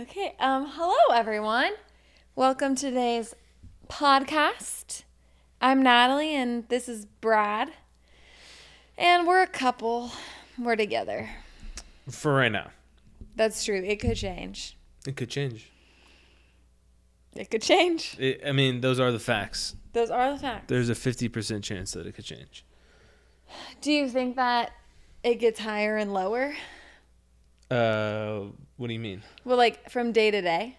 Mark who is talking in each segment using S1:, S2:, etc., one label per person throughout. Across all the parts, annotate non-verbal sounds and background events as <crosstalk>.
S1: Okay. Um, hello, everyone. Welcome to today's podcast. I'm Natalie, and this is Brad. And we're a couple. We're together.
S2: For right now,
S1: That's true. It could change.
S2: it could change.
S1: It could change.
S2: It, I mean, those are the facts.
S1: Those are the facts.
S2: There's a 50% chance that it could change.
S1: Do you think that it gets higher and lower?
S2: Uh, what do you mean?
S1: Well, like from day to day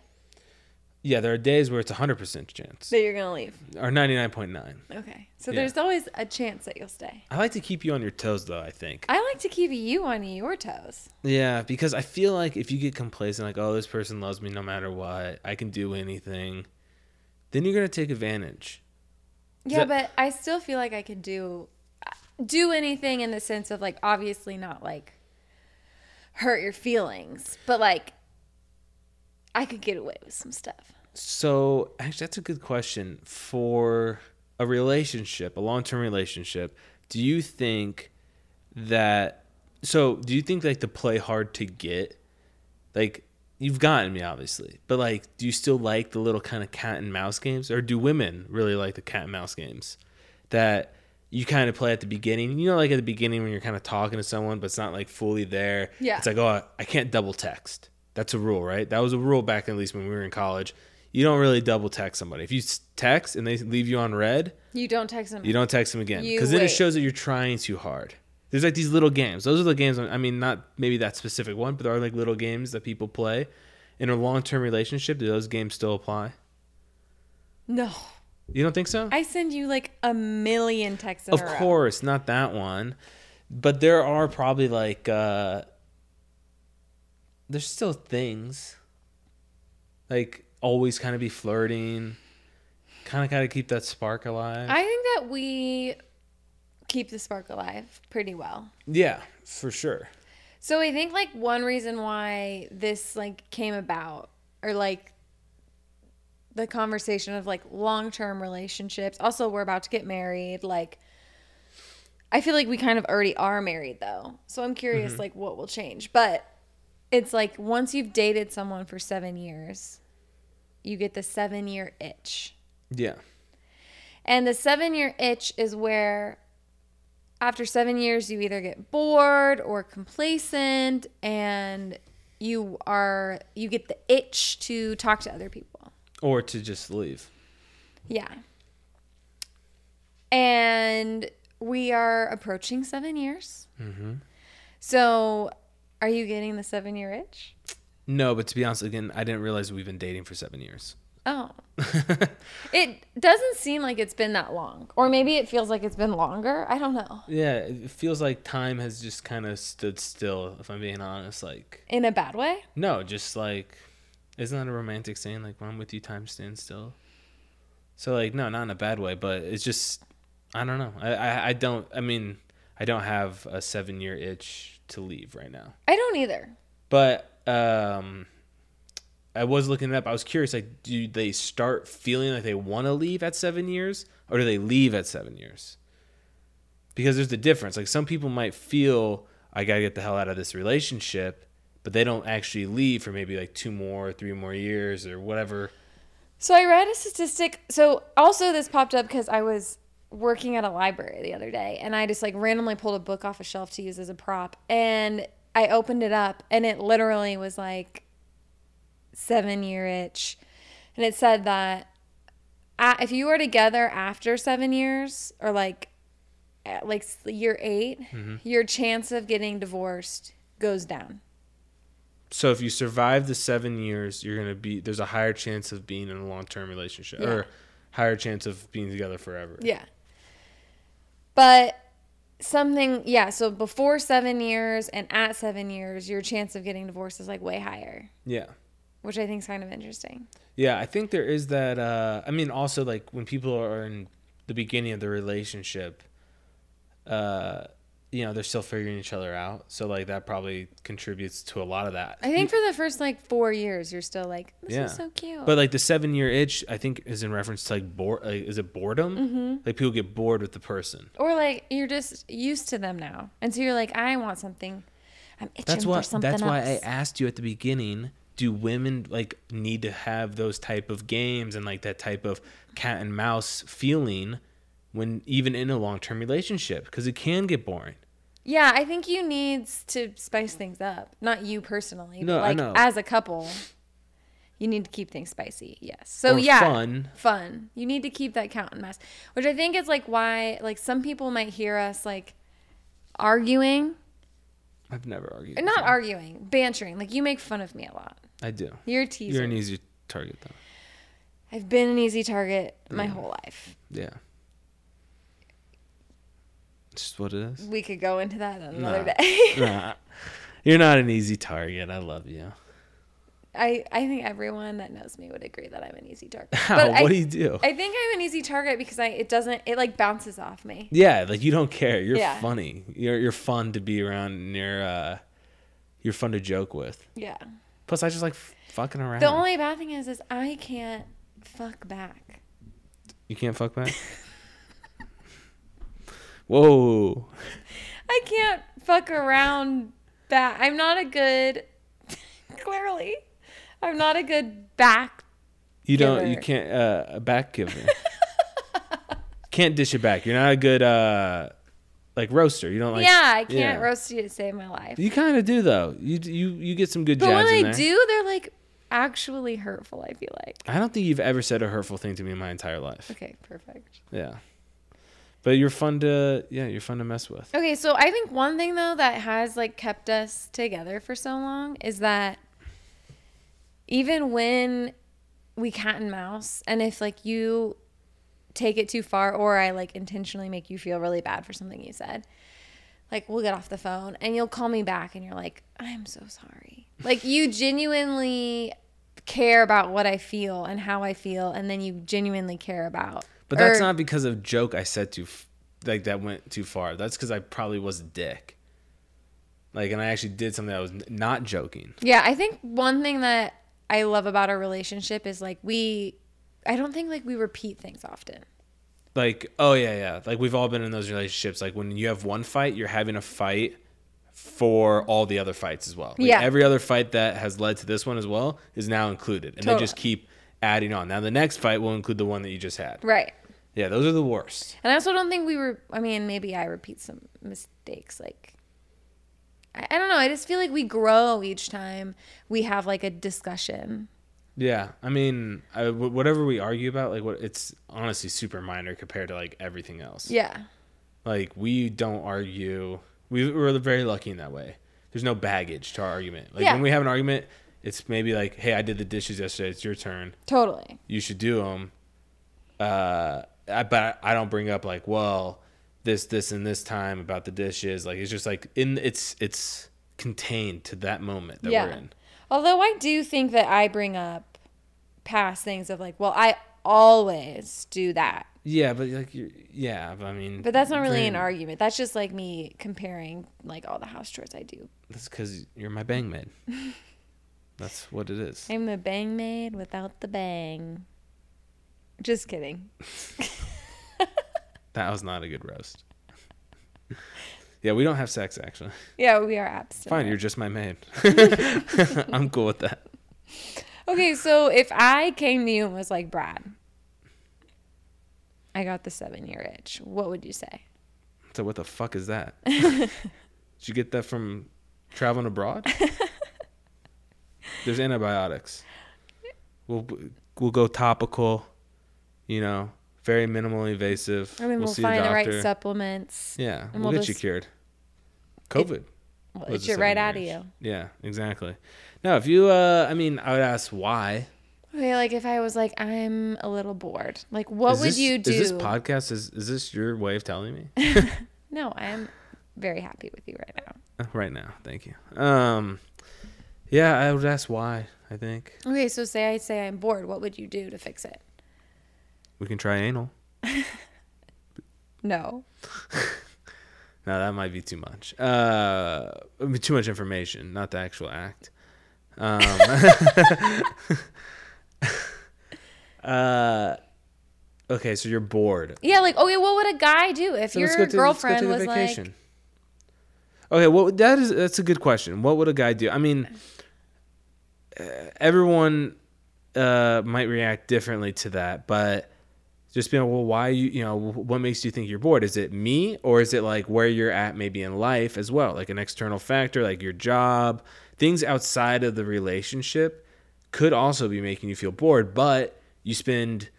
S2: Yeah, there are days where it's 100% chance
S1: that you're going to leave.
S2: or 99.9.
S1: Okay. So
S2: Yeah.
S1: there's always a chance that you'll stay.
S2: I like to keep you on your toes though, I think.
S1: I like to keep you on your toes.
S2: Yeah, because I feel like if you get complacent like, "Oh, this person loves me no matter what. I can do anything." Then you're going to take advantage.
S1: Yeah,
S2: that-
S1: but I still feel like I could do do anything in the sense of like obviously not like hurt your feelings, but like I could get away with some stuff.
S2: So, actually that's a good question for a relationship, a long-term relationship. Do you think that so do you think like the play hard to get like you've gotten me obviously but like do you still like the little kind of cat and mouse games or do women really like the cat and mouse games that you kind of play at the beginning you know like at the beginning when you're kind of talking to someone but it's not like fully there
S1: Yeah.
S2: it's like oh i can't double text that's a rule right that was a rule back at least when we were in college you don't really double text somebody if you s- text and they leave you on red
S1: You don't text them.
S2: you don't text them again
S1: You
S2: because then
S1: wait.
S2: it shows that you're trying too hard. There's like these little games. Those are the games. I mean, not maybe that specific one, but there are like little games that people play. In a long-term relationship, do those games still apply?
S1: no.
S2: You don't think so?
S1: I send you like a million texts in
S2: of
S1: a row.
S2: course, not that one. But there are probably like uh there's still things like always kind of be flirting, kind of got to keep that spark alive.
S1: I think that we keep the spark alive pretty well.
S2: yeah, for sure.
S1: So I think like one reason why this like came about or like the conversation of like long-term relationships. Also, we're about to get married. Like I feel like we kind of already are married though. So I'm curious like what will change. But it's like once you've dated someone for 7 years, you get the 7-year itch.
S2: Yeah.
S1: And the seven year itch is where, after seven years, you either get bored or complacent, and you are you get the itch to talk to other people.
S2: Or to just leave.
S1: Yeah. And we are approaching seven years. So, are you getting the seven year itch?
S2: No, but to be honest, again, I didn't realize we've been dating for seven years.
S1: Oh. it doesn't seem like it's been that long. Or maybe it feels like it's been longer. I don't know.
S2: Yeah, it feels like time has just kind of stood still, if I'm being honest. Like,
S1: In a bad way?
S2: no, just like, isn't that a romantic saying? Like, when I'm with you, time stands still. So, like, no, not in a bad way, but it's just, I don't know. I, I, I don't, I mean, I don't have a seven year itch to leave right now.
S1: I don't either.
S2: But um, I was looking it up. I was curious. Like, do they start feeling like they want to leave at seven years, or do they leave at seven years? Because there's the difference. Like, some people might feel I gotta get the hell out of this relationship, but they don't actually leave for maybe like two more, three more years, or whatever.
S1: So I read a statistic. So also this popped up because I was working at a library the other day and I just like randomly pulled a book off a shelf to use as a prop and I opened it up and it literally was like seven year itch. And it said that uh, if you were together after seven years or like at like s- year 8 your chance of getting divorced goes down.
S2: So if you survive the seven years, you're gonna be there's a higher chance of being in a long term relationship,
S1: Yeah.
S2: or higher chance of being together forever.
S1: Yeah. But something, yeah, so before seven years and at seven years, your chance of getting divorced is like way higher,
S2: yeah.
S1: which I think is kind of interesting.
S2: Yeah, I think there is that. Uh, I mean, also like when people are in the beginning of the relationship, uh, you know, they're still figuring each other out. So like that probably contributes to a lot of that.
S1: I think for the first like four years, you're still like, this
S2: Yeah.
S1: is so cute.
S2: But like the seven year itch, I think is in reference to like bore. Like, is it boredom? Mm-hmm. Like people get bored with the person.
S1: or like you're just used to them now. And so you're like, I want something. I'm itching
S2: That's
S1: for
S2: why.
S1: something
S2: That's
S1: else.
S2: why I asked you at the beginning. do women like need to have those type of games and like that type of cat and mouse feeling when even in a long-term relationship because it can get boring.
S1: Yeah, I think you needs to spice things up. Not you personally,
S2: No,
S1: but
S2: I
S1: like
S2: know.
S1: as a couple, you need to keep things spicy. Yes. So
S2: Or
S1: Oh, yeah,
S2: fun.
S1: Fun. You need to keep that count and mess, which I think is like why like some people might hear us like arguing,
S2: I've never argued.
S1: or
S2: with
S1: not
S2: you.
S1: arguing, bantering. Like you make fun of me a lot.
S2: I do.
S1: You're a teaser.
S2: You're an e- easy target though.
S1: I've been an easy target my whole life.
S2: Yeah. It's just what
S1: <laughs>
S2: it is.
S1: We could go into that another
S2: Nah.
S1: day. <laughs>
S2: Nah, you're not an easy target. I love you.
S1: I, I think everyone that knows me would agree that I'm an easy
S2: <laughs>
S1: target.
S2: How?
S1: But I-
S2: what do you do?
S1: I think I'm an easy target because I it doesn't it like bounces off me.
S2: yeah, like you don't care. You're
S1: Yeah.
S2: funny. You're you're fun to be around, and you're uh, you're fun to joke with.
S1: Yeah.
S2: Plus, I just like f- fucking around.
S1: The only bad thing is is I can't fuck back.
S2: you can't fuck back. <laughs> Whoa!
S1: I can't fuck around back. I'm not a good <laughs> clearly. I'm not a good back.
S2: You don't. You
S1: Giver.
S2: can't uh, a back giver. <laughs> can't dish it back. You're not a good uh, like roaster. You don't like.
S1: yeah, I can't
S2: yeah.
S1: roast you to save my life.
S2: You kind of do though. You you you get some good
S1: but
S2: jabs
S1: when
S2: in
S1: I
S2: there.
S1: do, they're like actually hurtful, I feel like.
S2: I don't think you've ever said a hurtful thing to me in my entire life.
S1: Okay, perfect.
S2: Yeah. But you're fun to yeah, you're fun to mess with.
S1: Okay, so I think one thing though that has like kept us together for so long is that even when we cat and mouse, and if like you take it too far, or I like intentionally make you feel really bad for something you said, like we'll get off the phone and you'll call me back and you're like, I'm so sorry. Like you genuinely care about what I feel and how I feel, and then you genuinely care about.
S2: But that's
S1: or-
S2: not because of joke I said too f- like that went too far. That's cuz I probably was a dick. Like and I actually did something that was n- not joking.
S1: Yeah, I think one thing that I love about our relationship is like we I don't think like we repeat things often.
S2: Like, oh yeah, yeah. Like we've all been in those relationships like when you have one fight, you're having a fight for all the other fights as well. Like,
S1: Yeah.
S2: Every other fight that has led to this one as well is now included. And they
S1: Totally.
S2: just keep adding on. Now the next fight will include the one that you just had.
S1: Right.
S2: Yeah, those are the worst.
S1: And I also don't think we were I mean, maybe I repeat some mistakes like I, I don't know, I just feel like we grow each time we have like a discussion.
S2: Yeah, I mean, I, wh- whatever we argue about, like, what it's honestly super minor compared to like everything else.
S1: Yeah.
S2: Like, we don't argue. We, we're very lucky in that way. There's no baggage to our argument. Like
S1: Yeah.
S2: when we have an argument, it's maybe like, "Hey, I did the dishes yesterday. It's your turn.
S1: Totally.
S2: You should do them." Uh, I, but I don't bring up like, "Well, this, this, and this time about the dishes." Like, it's just like in it's it's contained to that moment that we're
S1: yeah.
S2: in.
S1: Although I do think that I bring up past things of like, well, I always do that.
S2: Yeah, but like, you're, yeah, but I mean,
S1: But that's not really an
S2: argument.
S1: argument. That's just like me comparing like all the house chores I do
S2: That's because you're my
S1: <laughs>
S2: bang med. That's what it is.
S1: I'm the bang maid without the bang. Just
S2: <laughs>
S1: kidding.
S2: That was not a good roast. yeah, we don't have sex actually.
S1: Yeah, we are abstinent.
S2: Fine, you're just my maid. <laughs> I'm cool with that.
S1: Okay, so if I came to you and was like, Brad, I got the seven year itch, what would you say?
S2: So what the fuck is that? Did you get that from traveling abroad? There's antibiotics. We'll we'll go topical. You know, very minimally invasive.
S1: I mean, we'll, find the right supplements.
S2: Yeah,
S1: And
S2: we'll,
S1: we'll
S2: get you
S1: just-
S2: cured. COVID.
S1: We'll
S2: was
S1: itch
S2: the
S1: it right
S2: seven
S1: out of
S2: years.
S1: you.
S2: Yeah, exactly. No, if you, uh, I mean, I would ask why.
S1: Okay, like if I was like, I'm a little bored, like what
S2: Is
S1: would
S2: this-
S1: you do?
S2: Is this podcast is is this your way of telling me <laughs>
S1: no, I'm very happy with you right now.
S2: Uh, right now? Thank you. Um, yeah, I would ask why. I think
S1: Okay, so say I say I'm bored, what would you do to fix it?
S2: we can try anal.
S1: No.
S2: No, that might be too much. Uh, I mean, too much information, not the actual act. Um, <laughs> uh, okay, so you're bored.
S1: Yeah, like okay, what would a guy do if
S2: So
S1: your
S2: let's go to- let's go
S1: girlfriend
S2: to the
S1: was like,
S2: okay, well that is that's a good question. What would a guy do? I mean, uh, everyone uh, might react differently to that, but just being well, why you you know what makes you think you're bored? Is it me or is it like where you're at maybe in life as well, like an external factor, like your job, things outside of the relationship could also be making you feel bored, but you spend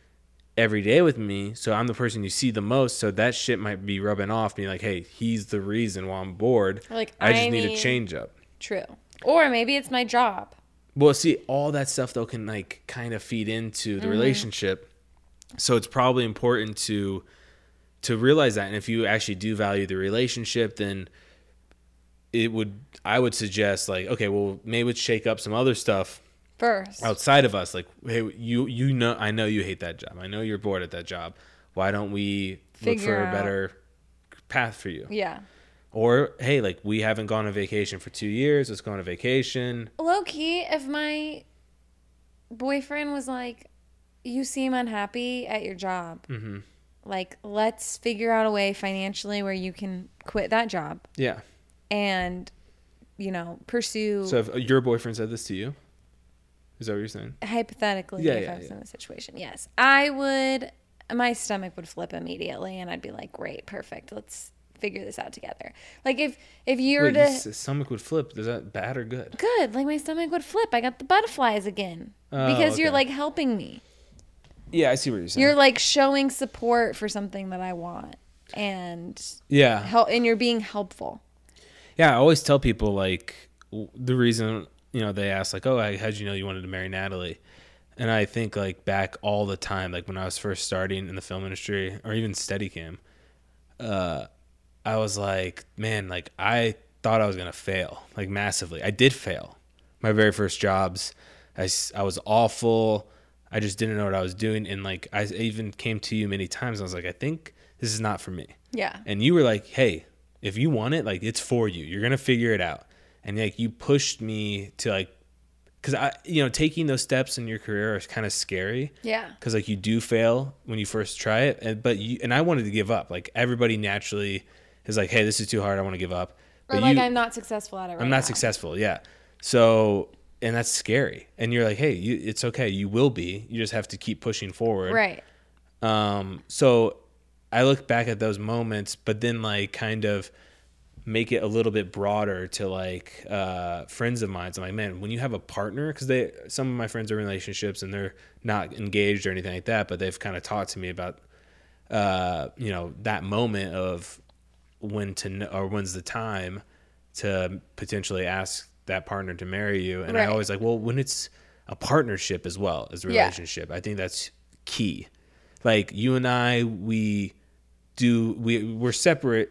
S2: every day with me, so I'm the person you see the most, so that shit might be rubbing off me like, hey, he's the reason why I'm bored.
S1: Like,
S2: I just
S1: I
S2: need a
S1: need-
S2: change up.
S1: True. Or maybe it's my job.
S2: Well, see, all that stuff though can like kind of feed into
S1: Mm-hmm.
S2: the relationship. So it's probably important to to realize that. And if you actually do value the relationship, then it would I would suggest like, okay, well, maybe let's shake up some other stuff
S1: First.
S2: outside of us. Like, hey, you you know I know you hate that job. I know you're bored at that job. Why don't we look
S1: Figure
S2: for a
S1: out-
S2: better path for you?
S1: Yeah.
S2: Or hey, like we haven't gone on vacation for two years, let's go on a vacation.
S1: Low key, if my boyfriend was like, you seem unhappy at your job,
S2: Mm-hmm.
S1: like, let's figure out a way financially where you can quit that job
S2: Yeah.
S1: and, you know, pursue
S2: So if uh, your boyfriend said this to you, is that what you're saying?
S1: hypothetically
S2: Yeah,
S1: if
S2: yeah,
S1: I was
S2: yeah.
S1: in the situation. Yes. I would my stomach would flip immediately and I'd be like, Great, perfect, let's figure this out together. Like if if you were
S2: Wait,
S1: to
S2: his his stomach would flip. Is that bad or good?
S1: good, like my stomach would flip. I got the butterflies again.
S2: Oh,
S1: because you're
S2: okay.
S1: like helping me.
S2: Yeah, I see what you're saying.
S1: You're like showing support for something that I want. And
S2: yeah,
S1: help and you're being helpful.
S2: yeah. I always tell people like w- the reason you know they ask like, oh, I- how'd you know you wanted to marry Natalie? And I think like back all the time, like when I was first starting in the film industry or even Steadicam, uh, I was like, man, like I thought I was gonna fail like massively. I did fail. My very first jobs, I, s- I was awful. I just didn't know what I was doing, and like I even came to you many times. I was like, I think this is not for me.
S1: Yeah.
S2: and you were like, "Hey, if you want it, like it's for you. You're gonna figure it out." And like you pushed me to like, because I, you know, taking those steps in your career are kind of scary.
S1: Yeah.
S2: Because like you do fail when you first try it, and but you and I wanted to give up. Like everybody naturally is like, "Hey, this is too hard. I want to give up."
S1: Or
S2: But
S1: like
S2: you-
S1: I'm not successful at it right
S2: I'm not
S1: now.
S2: successful. Yeah. So, and that's scary. And you're like, hey, you, it's okay. You will be. You just have to keep pushing forward.
S1: Right.
S2: Um, so I look back at those moments, but then like kind of make it a little bit broader to like uh, friends of mine. So I'm like, man, when you have a partner, because they some of my friends are in relationships and they're not engaged or anything like that, but they've kind of talked to me about uh, you know that moment of when to kn- or when's the time to potentially ask that partner to marry you. And
S1: Right.
S2: I always like, well, when it's a partnership as well as a
S1: Yeah.
S2: relationship, I think that's key. Like you and I, we do we we're separate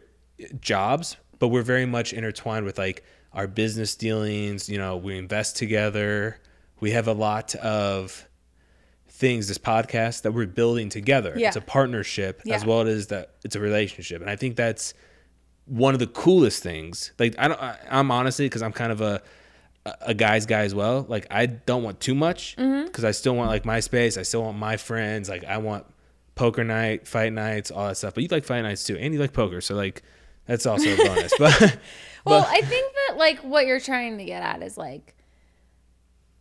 S2: jobs, but we're very much intertwined with like our business dealings. You know, we invest together. We have a lot of things this podcast that we're building together
S1: Yeah.
S2: it's a partnership as
S1: Yeah.
S2: well as that it's a relationship and i think that's one of the coolest things like i don't I, i'm honestly because i'm kind of a a guy's guy as well like i don't want too much
S1: Mm-hmm.
S2: because i still want like my space i still want my friends like i want poker night fight nights all that stuff but you like fight nights too and you like poker so like that's also a bonus <laughs>
S1: <laughs>
S2: but
S1: Well, I think that like what you're trying to get at is like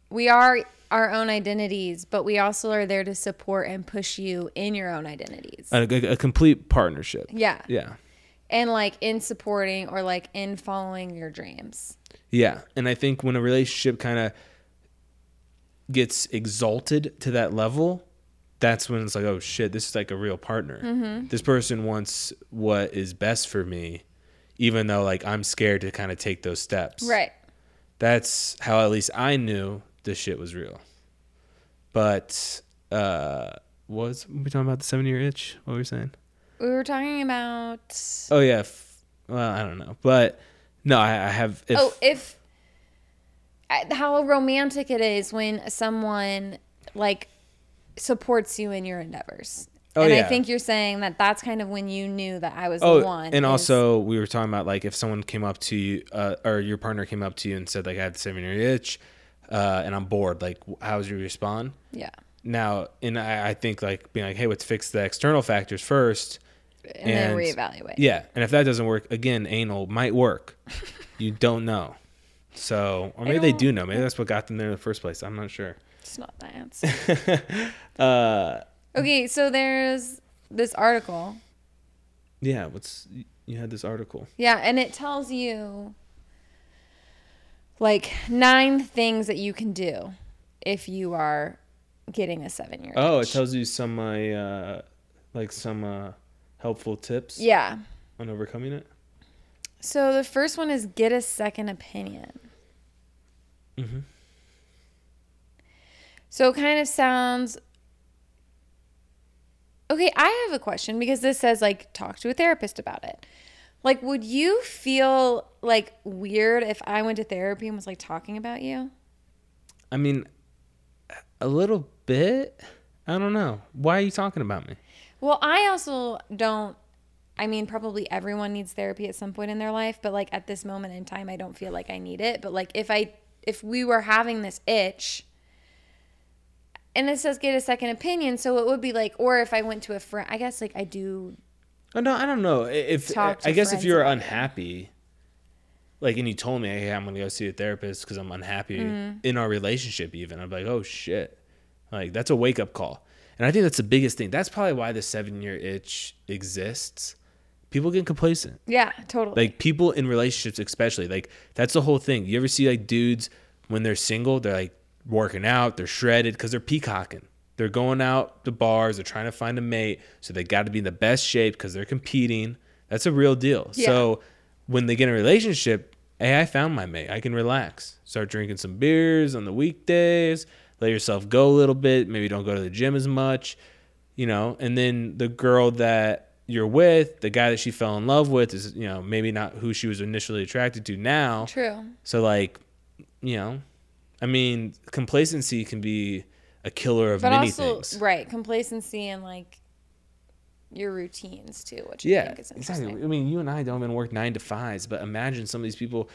S1: we are our own identities, but we also are there to support and push you in your own identities.
S2: a, a- a complete partnership
S1: yeah.
S2: yeah
S1: And like in supporting or like in following your dreams.
S2: Yeah. And I think when a relationship kind of gets exalted to that level, that's when it's like, oh shit, this is like a real partner.
S1: Mm-hmm.
S2: This person wants what is best for me, even though like I'm scared to kind of take those steps.
S1: Right.
S2: That's how at least I knew this shit was real. But uh was we talking about the seven year itch? What were we saying?
S1: We were talking about
S2: Oh yeah, f- well I don't know, but no, I, I have. If,
S1: oh, if I- how romantic it is when someone like supports you in your endeavors.
S2: Oh,
S1: and I
S2: yeah.
S1: think you're saying that that's kind of when you knew that I was
S2: Oh,
S1: the one. is-
S2: and also we were talking about like if someone came up to you uh, or your partner came up to you and said like I have the seven year itch, uh, and I'm bored. Like, w- how would you respond?
S1: yeah.
S2: Now, and I, I think like being like, hey, let's fix the external factors first.
S1: and, then reevaluate.
S2: <laughs> Yeah, and if that doesn't work, again, anal might work. you don't know. So, or maybe they
S1: don't-
S2: do know. Maybe that's what got them there in the first place. I'm not <laughs> sure.
S1: It's not the answer. <laughs>
S2: Uh,
S1: okay, so there's this article.
S2: yeah. What's you had this article?
S1: Yeah, and it tells you like nine things that you can do if you are getting a seven year
S2: Oh, it tells you some my uh, like some uh, helpful tips
S1: Yeah.
S2: on overcoming it.
S1: So the first one is get a second opinion.
S2: Mhm.
S1: So it kind of sounds. Okay, I have a question because this says like talk to a therapist about it. Like, would you feel like weird if I went to therapy and was like talking about you?
S2: I mean, a little bit. I don't know. Why are you talking about me?
S1: Well, I also don't. I mean, probably everyone needs therapy at some point in their life, but like at this moment in time, I don't feel like I need it. But like if I, if we were having this itch, and it says get a second opinion, so it would be like, or if I went to a friend, I guess like I do.
S2: Oh no, I don't know. I- If
S1: Talk to
S2: I guess if
S1: friends
S2: you were
S1: about it.
S2: unhappy, like, and you told me, "Hey, I'm gonna go see a therapist because I'm unhappy
S1: Mm-hmm.
S2: in our relationship," even I'd be like, "Oh shit!" Like that's a wake up call, and I think that's the biggest thing. That's probably why the seven year itch exists. People get complacent.
S1: Yeah, totally.
S2: Like people in relationships, especially like that's the whole thing. You ever see like dudes when they're single, they're like working out, they're shredded because they're peacocking. They're going out to bars, they're trying to find a mate, so they got to be in the best shape because they're competing. That's a real deal. So when they get in a relationship, hey, I found my mate. I can relax. Start drinking some beers on the weekdays. Let yourself go a little bit. Maybe don't go to the gym as much you know and then the girl that you're with the guy that she fell in love with is you know maybe not who she was initially attracted to now
S1: True.
S2: so like you know i mean complacency can be a killer of
S1: But
S2: many
S1: also,
S2: things
S1: right, complacency and like your routines too, which I
S2: yeah
S1: think is interesting.
S2: exactly i mean you and i don't even work nine to fives but imagine some of these people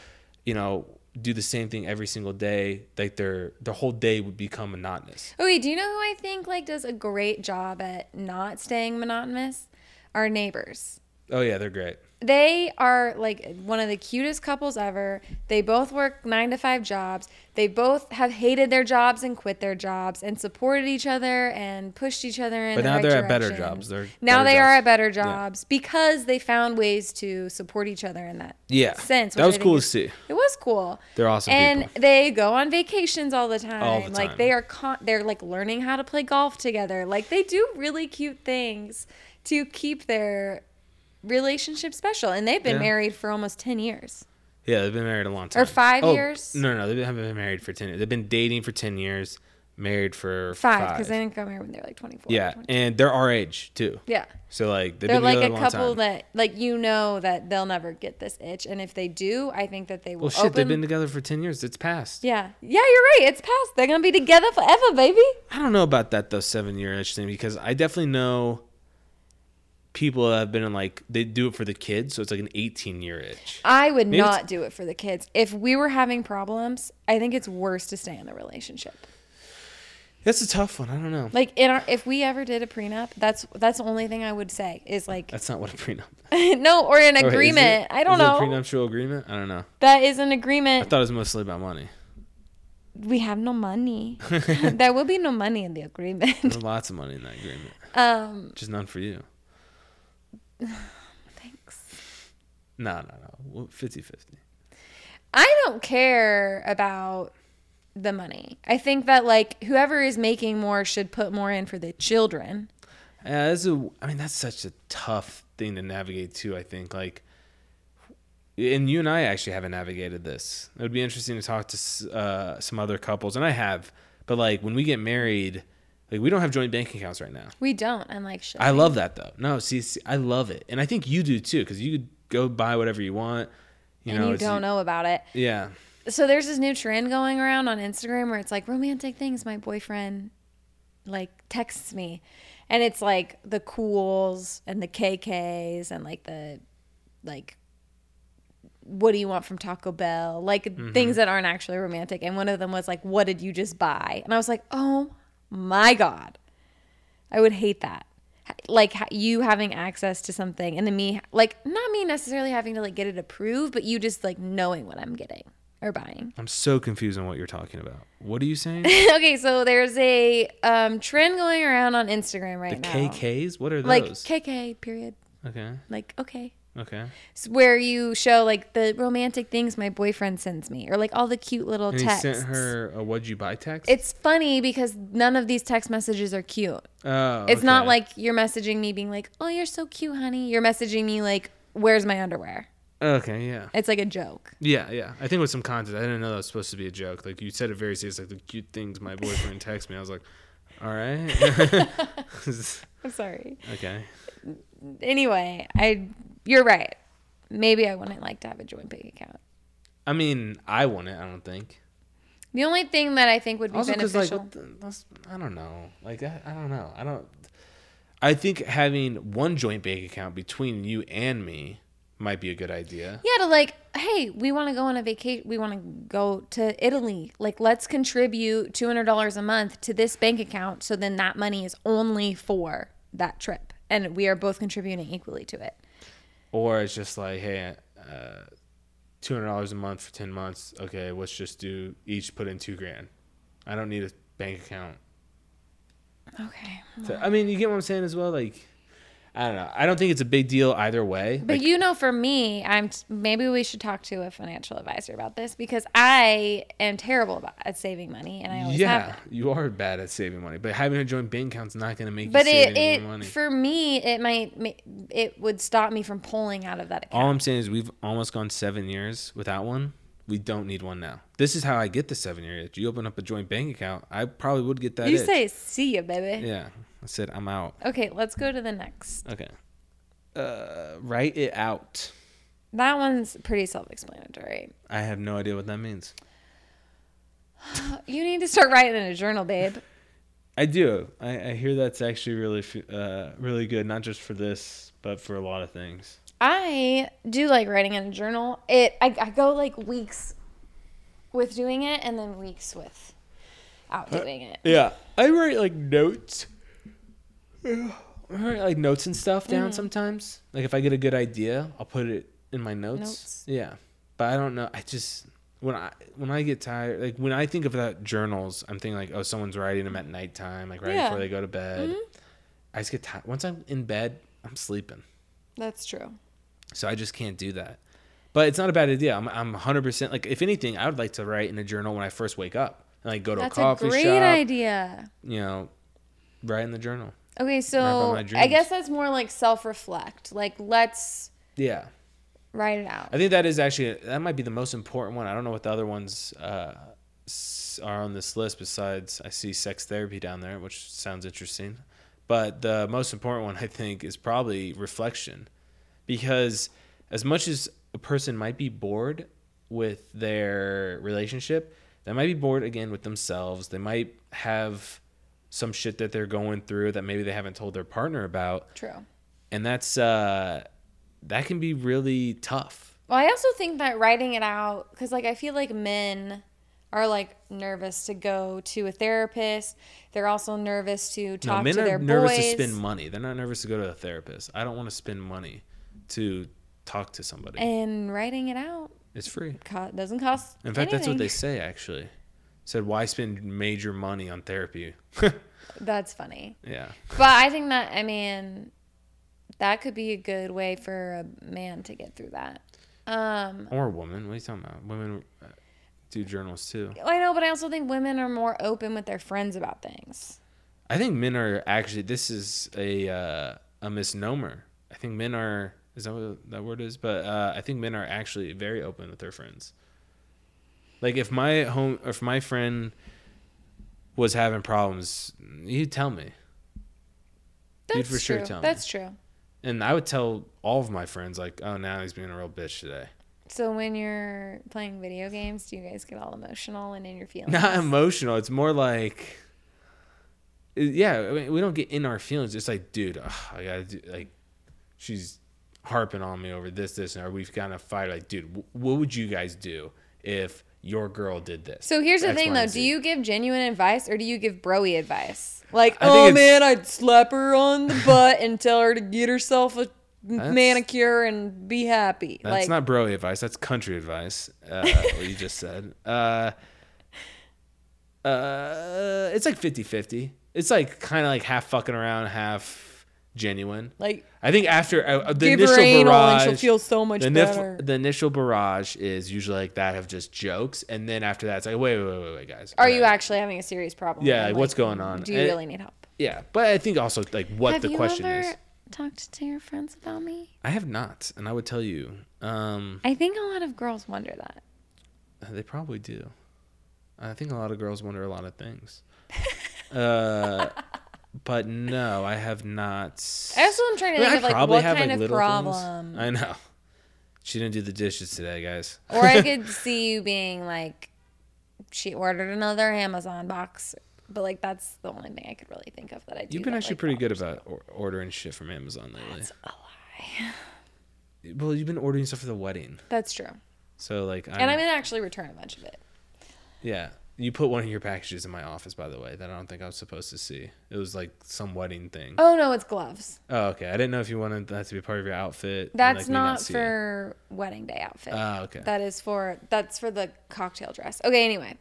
S2: you know do the same thing every single day like their their whole day would become monotonous
S1: Okay, do you know who I think like does a great job at not staying monotonous? Our neighbors.
S2: oh yeah they're great
S1: They are like one of the cutest couples ever. They both work 9 to 5 jobs. They both have hated their jobs and quit their jobs and supported each other and pushed each other in
S2: But
S1: the
S2: now
S1: right
S2: they're at better
S1: direction.
S2: jobs. They're
S1: now
S2: better
S1: they are
S2: jobs.
S1: at better jobs because they found ways to support each other in that
S2: Yeah.
S1: sense.
S2: That
S1: which I
S2: was
S1: think
S2: cool to
S1: is-
S2: see.
S1: It was cool.
S2: They're awesome
S1: And
S2: people.
S1: they go on vacations all the time.
S2: All the
S1: Like
S2: time.
S1: they are con- they're like learning how to play golf together. Like they do really cute things to keep their relationship special. And they've been
S2: Yeah.
S1: married for almost 10 years.
S2: Yeah, they've been married a long time.
S1: five
S2: Oh,
S1: years?
S2: No, no, they haven't been married for ten. years. They've been dating for ten years, married for
S1: Five, because they didn't come here when they were like 24.
S2: yeah,
S1: 20.
S2: and they're our age too.
S1: Yeah.
S2: So like they've
S1: They're
S2: been
S1: like
S2: together
S1: a
S2: a long
S1: couple
S2: time.
S1: that, like, you know that they'll never get this itch. And if they do, I think that they will
S2: well, shit,
S1: open.
S2: they've been together for ten years. It's past.
S1: yeah. Yeah, you're right. It's past. They're going to be together forever, baby.
S2: I don't know about that though, seven year itch thing, because I definitely know people that have been in like they do it for the kids, so it's like an eighteen year itch.
S1: I would
S2: Maybe it's-
S1: not do it for the kids. If we were having problems, I think it's worse to stay in the relationship.
S2: That's a tough one. I don't know.
S1: Like in our, if we ever did a prenup, that's that's the only thing I would say is like
S2: That's not what a
S1: <laughs>
S2: prenup.
S1: no or an
S2: Or is it-
S1: agreement. I don't
S2: is it a
S1: know.
S2: prenuptial agreement. I don't know.
S1: That is an
S2: I
S1: agreement.
S2: thought it was mostly about money.
S1: We have no
S2: <laughs>
S1: money. there will be no money in the agreement.
S2: There's lots of money in that agreement,
S1: Um,
S2: just none for you.
S1: <sighs> thanks.
S2: No, no, no. 50 50.
S1: I don't care about the money. I think that like whoever is making more should put more in for the children.
S2: Yeah, that's a, I mean, that's such a tough thing to navigate, too, I think. Like, and you and I actually haven't navigated this. It would be interesting to talk to s- uh, some other couples, and I have, but like when we get married, like we don't have joint bank accounts right now.
S1: We don't. I'm like should.
S2: I love that though. No, see, see I love it, and I think you do too, because you could go buy whatever you want. You
S1: and
S2: know,
S1: you
S2: it's-
S1: don't know about it.
S2: Yeah,
S1: so there's this new trend going around on Instagram where it's like romantic things my boyfriend like texts me and it's like the cools and the KKs and like the like what do you want from Taco Bell? Like things that aren't actually romantic. And one of them was like, What did you just buy? And I was like, Oh my God. I would hate that. Like ha- you having access to something and then me, like not me necessarily having to like get it approved, but you just like knowing what I'm getting or buying.
S2: I'm so confused on what you're talking about. What are
S1: <laughs>
S2: you saying?
S1: okay, so there's a um, trend going around on Instagram right now.
S2: KKs? What are those?
S1: Like KK period.
S2: okay.
S1: Like okay.
S2: Okay.
S1: It's where you show like the romantic things my boyfriend sends me or like all the cute little
S2: And
S1: texts.
S2: he sent her a what'd you buy text?
S1: It's funny because none of these text messages are cute.
S2: oh,
S1: It's not
S2: okay.
S1: like you're messaging me being like, "Oh, you're so cute, honey." You're messaging me like, "Where's my underwear?"
S2: Okay, yeah.
S1: It's like a joke.
S2: Yeah, yeah. I think with some context, I didn't know that was supposed to be a joke. Like you said it very serious, like the cute things my boyfriend texted me. I was like, all right. <laughs>
S1: I'm sorry.
S2: okay.
S1: Anyway, I you're right. Maybe I wouldn't like to have a joint bank account.
S2: I mean, I want it. I don't think.
S1: The only thing that I think would be
S2: Also, because like,
S1: beneficial.
S2: what the- that's- I don't know. Like, I, I don't know. I don't. I think having one joint bank account between you and me might be a good idea.
S1: yeah, to like, hey, we want to go on a vacation. We want to go to Italy. Like, let's contribute two hundred dollars a month to this bank account. So then that money is only for that trip, and we are both contributing equally to it.
S2: Or it's just like, hey, uh, two hundred dollars a month for ten months. Okay, let's just do each put in two grand. I don't need a bank account.
S1: Okay,
S2: So, I mean, you get what I'm saying as well. Like, I don't know. I don't think it's a big deal either way.
S1: but you know, for me, I'm maybe we should talk to a financial advisor about this because I am terrible about, at saving money, and I always have.
S2: yeah,
S1: Been.
S2: you are bad at saving money, but having a joint bank account's not going to make
S1: But
S2: you
S1: it,
S2: save
S1: it
S2: any more money.
S1: for me, it might ma- it would stop me from pulling out of that account.
S2: All I'm saying is we've almost gone seven years without one. We don't need one now. This is how I get the seven year itch. You open up a joint bank account, I probably would get that.
S1: you
S2: itch.
S1: say, "See ya, baby."
S2: yeah. I said I'm out.
S1: Okay, let's go to the next.
S2: Okay. Uh, write it out.
S1: That one's pretty self-explanatory.
S2: I have no idea what that means.
S1: You need to start writing in a journal, babe.
S2: I do. I, I hear that's actually really, f- uh, really good. Not just for this, but for a lot of things.
S1: I do like writing in a journal. It I, I go like weeks with doing it, and then weeks with out doing it.
S2: Yeah, I write like notes. <sighs> I write like notes and stuff
S1: Mm-hmm.
S2: down sometimes. Like if I get a good idea, I'll put it in my notes.
S1: Notes.
S2: Yeah, but I don't know. I just when I when I get tired, like when I think about journals, I'm thinking like, oh, someone's writing them at nighttime, like right
S1: Yeah. Mm-hmm.
S2: before they go to bed. I just get tired. Once I'm in bed, I'm sleeping,
S1: That's true.
S2: so I just can't do that. But it's not a bad idea. I'm I'm 100 percent like if anything, I would like to write in a journal when I first wake up and like go to
S1: That's
S2: a
S1: a
S2: coffee
S1: great
S2: shop.
S1: idea.
S2: You know, write in the journal.
S1: Okay,
S2: about
S1: so
S2: my
S1: I
S2: dreams.
S1: guess that's more like self-reflect. Like let's
S2: Yeah.
S1: write it out.
S2: I think that is actually that might be the most important one. I don't know what the other ones uh, s- are on this list besides I see sex therapy down there, which sounds interesting. But the most important one <laughs> I think is probably reflection, because as much as a person might be bored with their relationship, they might be bored again with themselves. They might have some shit that they're going through that maybe they haven't told their partner about,
S1: True.
S2: and that's uh, that can be really tough.
S1: Well, I also think that writing it out, because like I feel like men are like nervous to go to a therapist. They're also nervous to talk
S2: men
S1: to
S2: are
S1: their
S2: nervous
S1: boys.
S2: to spend money. They're not nervous to go to a therapist. I don't want to spend money to talk to somebody.
S1: and writing it out
S2: it's free.
S1: co- doesn't cost.
S2: In fact, that's what they
S1: anything.
S2: say actually. Said why spend major money on therapy? <laughs>
S1: That's funny,
S2: yeah.
S1: but I think that I mean, that could be a good way for a man to get through that. Um,
S2: Or a woman. What are you talking about? Women uh, do journals too.
S1: I know, but I also think women are more open with their friends about things.
S2: I think men are actually this is a uh, a misnomer. I think men are is that what that word is? But uh, I think men are actually very open with their friends. Like if my home if my friend was having problems, he'd tell me,
S1: That's
S2: You'd for sure
S1: true.
S2: tell me.
S1: that's true.
S2: and I would tell all of my friends like, "Oh, now he's being a real bitch today."
S1: So when you're playing video games, do you guys get all emotional and in your feelings?
S2: Not emotional. It's more like. Yeah, I mean, we don't get in our feelings. It's like, dude, ugh, I gotta do, like, she's harping on me over this, this, and or we've got in a fight. Like, dude, wh- what would you guys do if your girl did this?
S1: so here's the
S2: X,
S1: thing,
S2: Y,
S1: though:
S2: and
S1: do
S2: Z.
S1: you give genuine advice or do you give broy advice? Like,
S2: I think
S1: oh
S2: it's- <laughs>
S1: man, I'd slap her on the butt and tell her to get herself a
S2: That's-
S1: manicure and be happy.
S2: That's
S1: like
S2: not broy advice. That's country advice.
S1: <laughs>
S2: Uh, what you just said. Uh, uh, it's like 50-50. It's like kind of like half fucking around, half genuine.
S1: like
S2: I think after uh, the
S1: give
S2: initial
S1: her anal and
S2: barrage,
S1: she'll feel so much
S2: the, nif-
S1: better.
S2: the initial barrage is usually like that of just jokes, and then after that, it's like wait, wait, wait, wait, wait guys.
S1: Are you
S2: Alright.
S1: actually having a serious problem?
S2: Yeah,
S1: And,
S2: like, what's going on?
S1: Do you
S2: And-
S1: really need help?
S2: Yeah, but I think also like what the question is.
S1: talked to your friends about me?
S2: I have not, and I would tell you, um,
S1: I think a lot of girls wonder that.
S2: they probably do. I think a lot of girls wonder a lot of
S1: <laughs>
S2: things. uh, but no, I have not.
S1: I also am trying to
S2: mean,
S1: think of like
S2: probably
S1: what
S2: have,
S1: kind of
S2: little things.
S1: problem,
S2: I know. She didn't do the dishes today, guys.
S1: or
S2: <laughs>
S1: I could see you being like, she ordered another Amazon box, but like that's the only thing I could really think of that I do.
S2: You've been
S1: that,
S2: actually
S1: like,
S2: pretty good about or- ordering shit from Amazon lately.
S1: That's a lie.
S2: <laughs> Well, you've been ordering stuff for the wedding,
S1: That's true,
S2: so like, I'm,
S1: and I'm gonna actually return a bunch of it.
S2: yeah. You put one of your packages in my office, by the way, that I don't think I was supposed to see. It was like some wedding thing.
S1: Oh no, it's gloves.
S2: Oh, okay. I didn't know if you wanted that to be part of your outfit. and,
S1: That's
S2: like, me
S1: not,
S2: see it.
S1: for wedding day outfit.
S2: Ah, okay.
S1: That is for that's for the cocktail dress. Okay, anyway.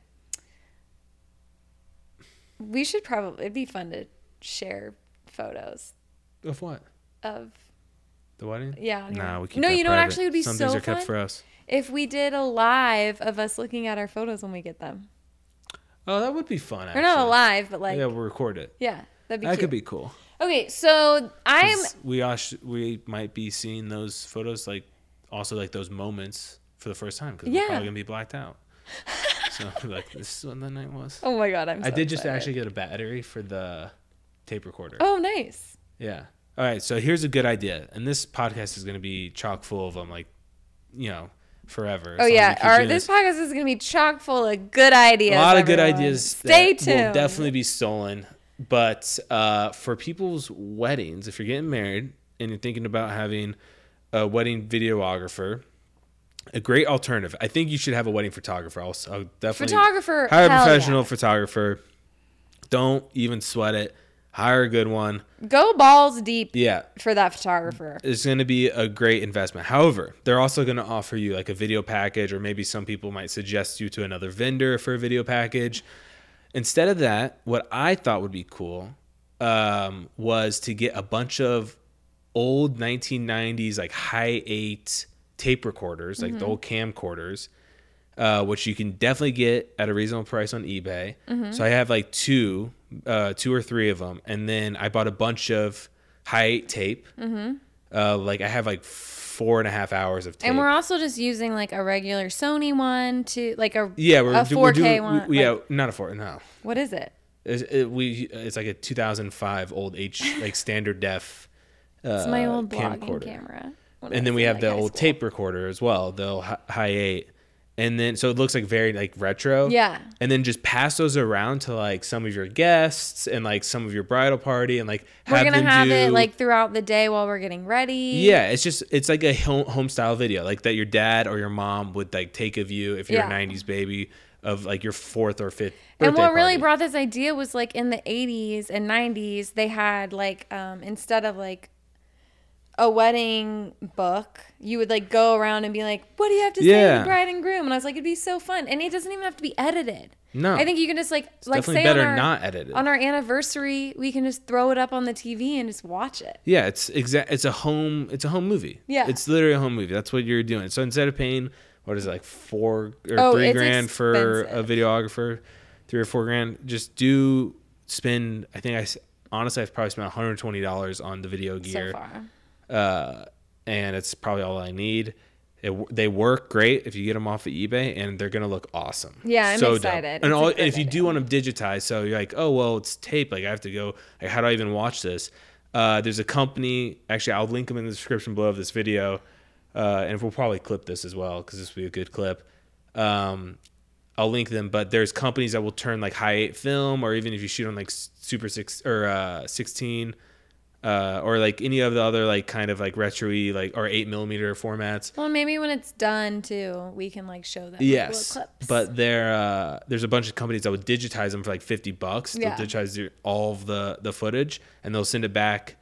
S1: We should probably it'd be fun to share photos
S2: Of what?
S1: of
S2: The wedding?
S1: Yeah, on
S2: No,
S1: here.
S2: we keep
S1: No,
S2: that
S1: you know what
S2: private.
S1: actually would be
S2: Some
S1: so
S2: things are kept
S1: fun?
S2: for us.
S1: if we did a live of us looking at our photos when we get them.
S2: Oh, that would be fun.
S1: Or
S2: Actually.
S1: not a live, but like
S2: yeah,
S1: yeah,
S2: we'll record it.
S1: that'd be
S2: That
S1: cute.
S2: could be cool.
S1: Okay, so I'm
S2: 'Cause We all sh- we might be seeing those photos, like also like those moments for the first time because
S1: Yeah.
S2: we're probably gonna be
S1: <laughs>
S2: blacked out. so <laughs> like this is what the night was.
S1: Oh my god, I'm so
S2: I did just
S1: excited.
S2: actually get a battery for the tape recorder.
S1: Oh, nice.
S2: Yeah. All right. So here's a good idea, and this podcast is going to be chock full of them, like, you know, forever.
S1: Oh
S2: So
S1: yeah,
S2: we keep
S1: our
S2: doing
S1: this podcast is gonna be chock full of good ideas.
S2: a lot of good
S1: everyone.
S2: ideas.
S1: Stay
S2: that
S1: tuned.
S2: Will definitely be stolen, but uh, for people's weddings, if you're getting married and you're thinking about having a wedding videographer. A great alternative. I think you should have a wedding photographer. I'll, s- I'll definitely
S1: Photographer,
S2: hire a
S1: hell yeah.
S2: professional photographer. Don't even sweat it. Hire a good one.
S1: Go balls deep
S2: Yeah,
S1: for that photographer.
S2: is going to be a great investment. However, they're also going to offer you like a video package, or maybe some people might suggest you to another vendor for a video package. Instead of that, what I thought would be cool um, was to get a bunch of old 1990s, like high eight tape recorders, like
S1: Mm-hmm.
S2: the old camcorders, uh, which you can definitely get at a reasonable price on eBay.
S1: Mm-hmm.
S2: So I have like two, uh, two or three of them, and then I bought a bunch of high eight tape.
S1: Mm-hmm.
S2: Uh, like I have like four and a half hours of tape.
S1: And we're also just using like a regular Sony one to like a
S2: yeah, we're,
S1: a
S2: do-
S1: 4K
S2: we're doing
S1: one.
S2: we- yeah,
S1: Like,
S2: not a four. No,
S1: what is it?
S2: it's, it, we it's like a 2005 old H like standard def.
S1: <laughs>
S2: Uh,
S1: It's my old blogging
S2: camcorder.
S1: camera. when I
S2: And then
S1: was
S2: we
S1: in,
S2: have
S1: like,
S2: the
S1: high
S2: old
S1: school.
S2: tape recorder as well, the hi- high eight. And then so it looks like very like retro.
S1: Yeah.
S2: And then just pass those around to like some of your guests and like some of your bridal party and like
S1: We're gonna
S2: them
S1: have it
S2: do-
S1: like throughout the day while we're getting ready.
S2: Yeah, it's just it's like a home, home style video, like that your dad or your mom would like take of you if you're
S1: Yeah.
S2: a '90s baby of like your fourth or fifth. Birthday
S1: And what really
S2: party.
S1: brought this idea was like in the 80s and 90s, they had like um, instead of like a wedding book, you would like go around and be like, "What do you have to say to
S2: Yeah.
S1: the bride and groom?" And I was like, "It'd be so fun." And it doesn't even have to be edited.
S2: No.
S1: I think you can just like like
S2: definitely
S1: say
S2: better
S1: on our
S2: not edited.
S1: on our anniversary, we can just throw it up on the TV and just watch it.
S2: Yeah, it's exact. It's a home. It's a home movie.
S1: Yeah.
S2: it's literally a home movie. That's what you're doing. So instead of paying what is it, like four or
S1: Oh,
S2: three
S1: it's
S2: grand for a
S1: expensive.
S2: videographer, three or four grand, just do spend. I think I s- honestly I've probably spent 120 dollars on the video gear.
S1: So far,
S2: uh, and it's probably all I need. It, w- they work great if you get them off of eBay, and they're gonna look awesome.
S1: Yeah, I'm
S2: dope.
S1: excited. It's
S2: And,
S1: a
S2: all, and
S1: great
S2: if you do want them digitized, so you're like, oh well, it's tape. Like I have to go. Like how do I even watch this? Uh, there's a company. Actually, I'll link them in the description below of this video, uh, and we'll probably clip this as well because this will be a good clip. Um, I'll link them, but there's companies that will turn like high eight film, or even if you shoot on like S- Super Six or uh, sixteen, uh, or like any of the other like kind of like retro like or eight millimeter formats.
S1: well, maybe when it's done too, we can like show them. like,
S2: Yes,
S1: little clips.
S2: but there uh, there's a bunch of companies that would digitize them for like fifty bucks.
S1: Yeah.
S2: They'll digitize your, all of the the footage, and they'll send it back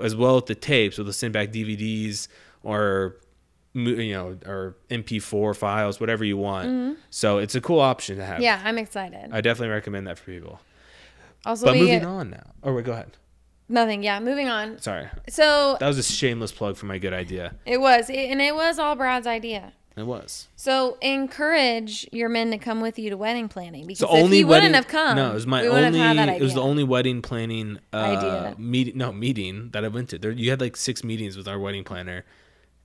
S2: as well with the tapes. So they'll send back DVDs or mo- you know or MP4 files, whatever you want. So it's a cool option to have.
S1: Mm-hmm. Yeah, I'm excited.
S2: I definitely recommend that for people.
S1: Also,
S2: But
S1: we uh,
S2: moving
S1: get,
S2: on now. Oh wait, go ahead.
S1: nothing. Yeah, moving on.
S2: Sorry,
S1: So
S2: that was a shameless plug for my good idea.
S1: it was, it, and it was all Brad's idea.
S2: It was.
S1: So encourage your men to come with you to wedding planning because
S2: So
S1: if
S2: only
S1: he
S2: wedding.
S1: wouldn't have come,
S2: No, it was my
S1: we wouldn't
S2: only.
S1: Have had that idea.
S2: It was the only wedding planning uh,
S1: Idea.
S2: meeting. No meeting that I went to. There, you had like six meetings with our wedding planner,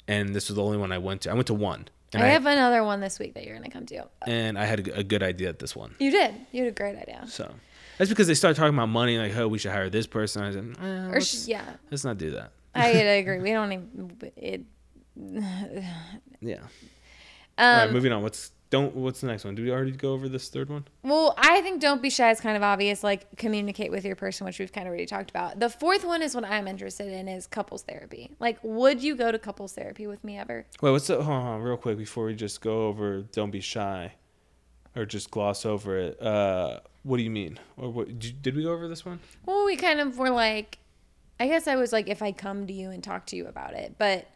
S2: and this was the only one I went to. I went to one, and
S1: I
S2: I,
S1: have another one this week that you're gonna come to.
S2: and I had a, g- a good idea at this one.
S1: You did. You had a great idea.
S2: So that's because they started talking about money, like, oh, we should hire this person. I said, eh,
S1: Or
S2: let's,
S1: sh- yeah,
S2: let's not do that.
S1: I agree. We don't even. It,
S2: Yeah. All right,
S1: um,
S2: moving on. What's don't what's the next one? Did we already go over this third one?
S1: well, I think don't be shy is kind of obvious. Like communicate with your person, which we've kind of already talked about. The fourth one is what I'm interested in is couples therapy. Like, would you go to couples therapy with me ever?
S2: Wait, what's the hold on real quick before we just go over don't be shy or just gloss over it. Uh what do you mean? Or what did, did we go over this one?
S1: Well, we kind of were like, I guess I was like, if I come to you and talk to you about it, but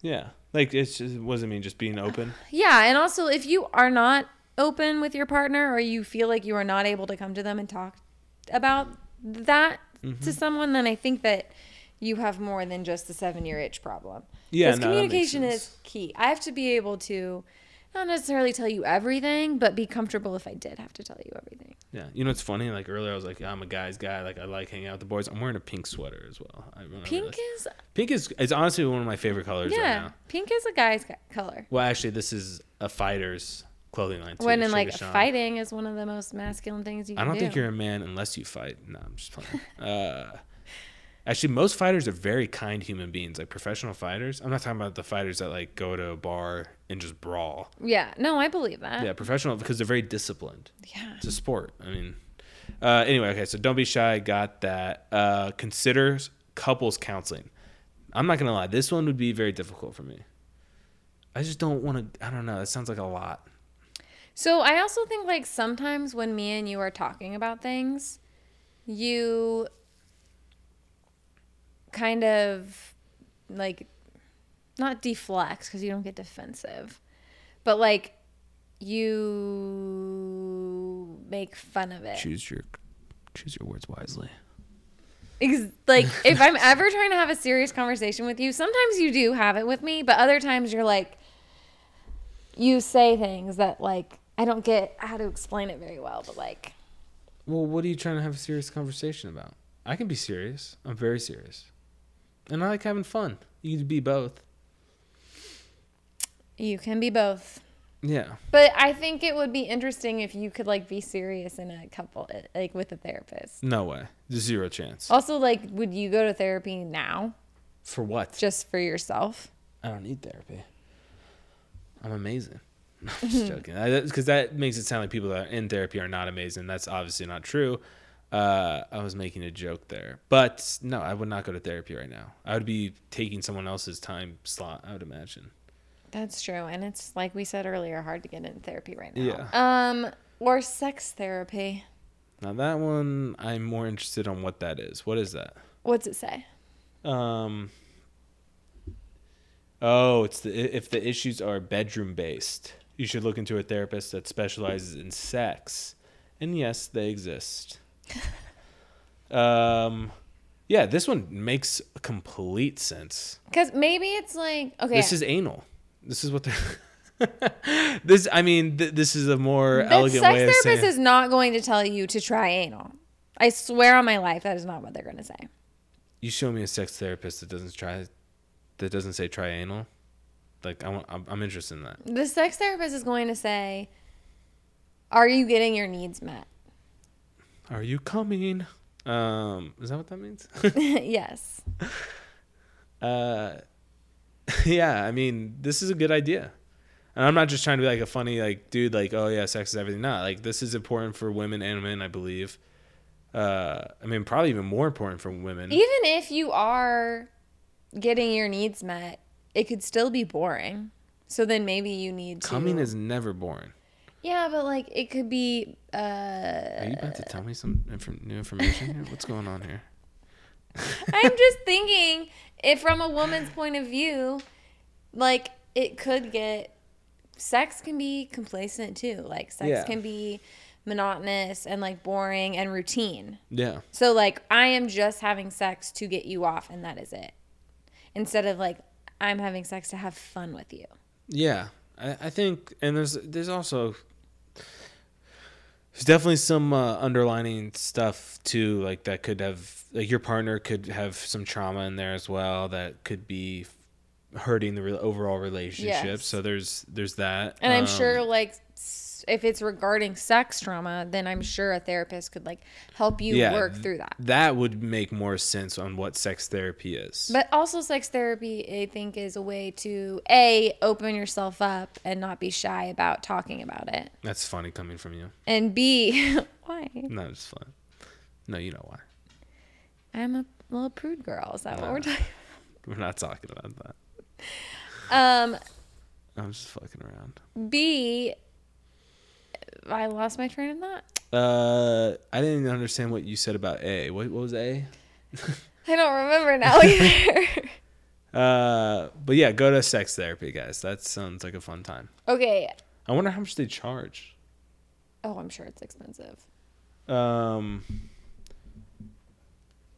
S2: Yeah. Like it's just, what does it mean just being
S1: Uh-huh.
S2: open?
S1: Yeah, and also if you are not open with your partner or you feel like you are not able to come to them and talk about that
S2: Mm-hmm.
S1: to someone, then I think that you have more than just the seven year itch problem. 'Cause
S2: Yeah, no, that makes
S1: communication
S2: sense.
S1: is key. I have to be able to not necessarily tell you everything, but be comfortable if I did have to tell you everything.
S2: Yeah. You know it's funny? Like earlier I was like, yeah, I'm a guy's guy, like I like hanging out with the boys. I'm wearing a pink sweater as well. I when I
S1: Pink
S2: realized-
S1: is
S2: Pink is it's honestly one of my favorite colors right
S1: yeah,
S2: now.
S1: pink is a guy's co- color.
S2: Well, actually this is a fighter's clothing line too.
S1: when in
S2: Sugar
S1: like
S2: Sean.
S1: fighting is one of the most masculine things you can
S2: I don't think
S1: do.
S2: you're a man unless you fight. No, I'm just playing. <laughs> uh, actually, most fighters are very kind human beings, like professional fighters. I'm not talking about the fighters that like go to a bar and just brawl.
S1: Yeah, no, I believe that.
S2: Yeah, professional because they're very disciplined.
S1: yeah.
S2: It's a sport. I mean, uh, anyway, okay. So don't be shy. Got that. Uh, consider couples counseling. I'm not gonna lie. This one would be very difficult for me. I just don't want to. I don't know. That sounds like a lot.
S1: So I also think like sometimes when me and you are talking about things, you kind of like not deflect because you don't get defensive, but like you make fun of it.
S2: Choose your choose your words wisely.
S1: Ex- like if I'm ever trying to have a serious conversation with you, sometimes you do have it with me, but other times you're like you say things that like I don't get how to explain it very well, but like
S2: Well, what are you trying to have a serious conversation about? I can be serious. I'm very serious. And I like having fun. You could be both.
S1: you can be both.
S2: Yeah.
S1: But I think it would be interesting if you could like be serious in a couple, eh, like with a therapist.
S2: No way. Zero chance.
S1: Also, like, would you go to therapy now
S2: For what?
S1: just for yourself?
S2: I don't need therapy. I'm amazing. <laughs> I'm just joking. Because that makes it sound like people that are in therapy are not amazing. That's obviously not true. Uh, I was making a joke there. But no, I would not go to therapy right now. I would be taking someone else's time slot, I would imagine.
S1: That's true, and it's like we said earlier, hard to get in therapy right now.
S2: Yeah.
S1: Um, or sex therapy.
S2: Now, that one, I'm more interested on what that is. What is that?
S1: What's it say?
S2: Um. Oh, it's the i- if the issues are bedroom based, you should look into a therapist that specializes in sex, and yes, they
S1: <laughs>
S2: exist. um, yeah, this one makes complete sense.
S1: Because maybe it's like okay,
S2: This is anal. This is what they're. <laughs> this, I mean, th- this is a more
S1: that
S2: elegant
S1: sex
S2: way of
S1: therapist
S2: saying.
S1: is not going to tell you to try anal. I swear on my life, that is not what they're going to say.
S2: you show me a sex therapist that doesn't try, that doesn't say try anal. Like I want, I'm, I'm interested in that.
S1: The sex therapist is going to say, "Are you getting your needs met?" <laughs>
S2: Are you coming? Um, is that what that <laughs> means?
S1: yes.
S2: Mm-hmm. uh, <laughs> yeah, I mean, this is a good idea. And I'm not just trying to be like a funny, like, dude, like, oh yeah, sex is everything. Not like this is important for women and men, I believe. Uh, I mean, probably even more important for women.
S1: Even if you are getting your needs met, it could still be boring. So then maybe you need to
S2: Coming is never boring.
S1: Yeah, but like it could be uh
S2: Are you about to tell me some inf- new information here? What's going on here?
S1: I'm just thinking if from a woman's point of view, like it could get sex can be complacent too. Like sex
S2: Yeah.
S1: can be monotonous and like boring and routine.
S2: Yeah.
S1: So like I am just having sex to get you off and that is it. Instead of like I'm having sex to have fun with you.
S2: Yeah, I, I think, and there's there's also there's definitely some uh, underlining stuff too, like that could have like your partner could have some trauma in there as well that could be hurting the re- overall relationship.
S1: Yes.
S2: So there's there's that,
S1: And I'm
S2: Um,
S1: sure like s- if it's regarding sex trauma, then I'm sure a therapist could like help you
S2: yeah,
S1: work
S2: th-
S1: through that.
S2: That would make more sense on what sex therapy is.
S1: But also, sex therapy, I think, is a way to a open yourself up and not be shy about talking about it,
S2: That's funny coming from you.
S1: and b <laughs> why
S2: No, it's fun. No, you know why.
S1: I'm a little prude girl. Is that what
S2: Nah.
S1: we're talking? <laughs>
S2: We're not talking about that.
S1: Um,
S2: I'm just fucking around.
S1: b I lost my train of thought.
S2: Uh, I didn't understand what you said about A. What, what was A?
S1: I don't remember
S2: <laughs>
S1: now either.
S2: Uh, but yeah, go to sex therapy, guys. That sounds like a fun time.
S1: okay.
S2: I wonder how much they charge.
S1: Oh, I'm sure it's expensive.
S2: Um,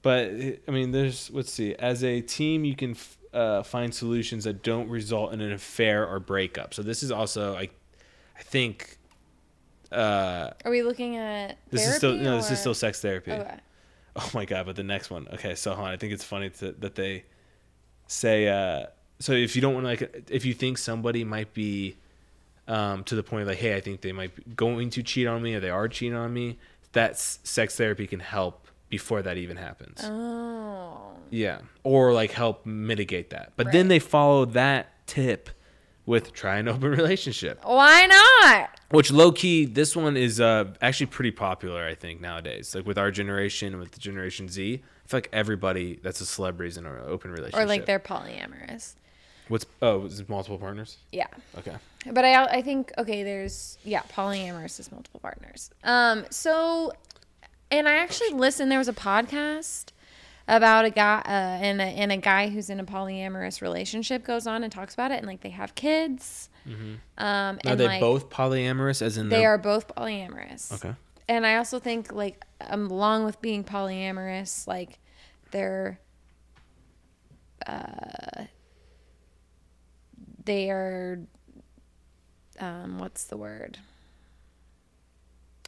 S2: but I mean, there's let's see. As a team, you can f- uh, find solutions that don't result in an affair or breakup. So this is also like, I think, uh,
S1: Are we looking at
S2: this is still
S1: therapy
S2: no, this
S1: or-
S2: is still sex therapy.
S1: Okay.
S2: <laughs> Oh my god! But the next one. Okay, so hon, I think it's funny to, that they say. Uh, so if you don't want to, like, if you think somebody might be um, to the point of like, hey, I think they might be going to cheat on me, or they are cheating on me. That's sex therapy can help before that even happens.
S1: Oh.
S2: Yeah, or like help mitigate that. But then
S1: Right.
S2: they follow that tip with try an open <laughs> relationship,
S1: Why not?
S2: which low key this one is uh, actually pretty popular. I think nowadays, like with our generation, with the Generation Z, I feel like everybody that's a celebrity is in an open relationship.
S1: Or like they're polyamorous.
S2: what's oh, is it multiple partners?
S1: Yeah.
S2: Okay,
S1: But I I think okay, there's yeah, polyamorous is multiple partners. Um so and I actually listened there was a podcast about a guy uh, and a, and a guy who's in a polyamorous relationship goes on and talks about it and like they have kids. Um
S2: are
S1: and
S2: Mm-hmm. they
S1: like
S2: both polyamorous? As in
S1: they
S2: they're-
S1: are both polyamorous.
S2: okay.
S1: And I also think like um, along with being polyamorous, like they're uh, they are um, what's the word?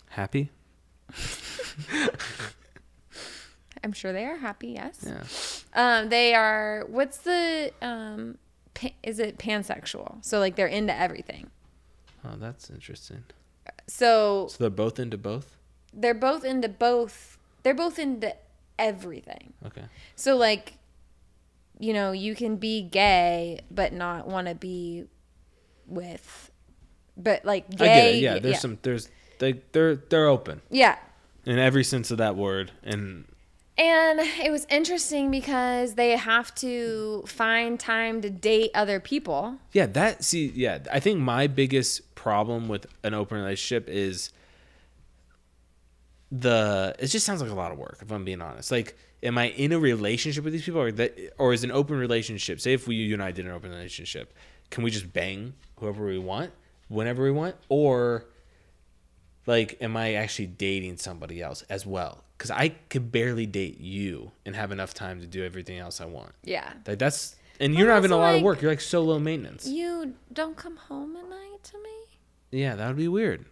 S2: Happy?
S1: I'm sure they are happy. Yes.
S2: Yeah.
S1: Um, they are. What's the um, pa- is it pansexual? So like they're into everything.
S2: Oh, that's interesting.
S1: So
S2: So they're both into both?
S1: they're both into both. They're both into everything.
S2: Okay.
S1: So like, you know, you can be gay but not want to be with, but like
S2: I get
S1: gay.
S2: it. Yeah, there's
S1: yeah.
S2: some there's they they're they're open.
S1: Yeah.
S2: in every sense of that word and
S1: And it was interesting because they have to find time to date other people.
S2: yeah that see yeah i think my biggest problem with an open relationship is the it just sounds like a lot of work if i'm being honest like am i in a relationship with these people or that or is an open relationship say if we you and i did an open relationship can we just bang whoever we want whenever we want or like am i actually dating somebody else as well because i could barely date you and have enough time to do everything else i want
S1: Yeah.
S2: Like that's and you're not even a
S1: also,
S2: lot of
S1: like-
S2: work. You're like so low maintenance.
S1: You don't come home at night to me.
S2: Yeah, that would be weird.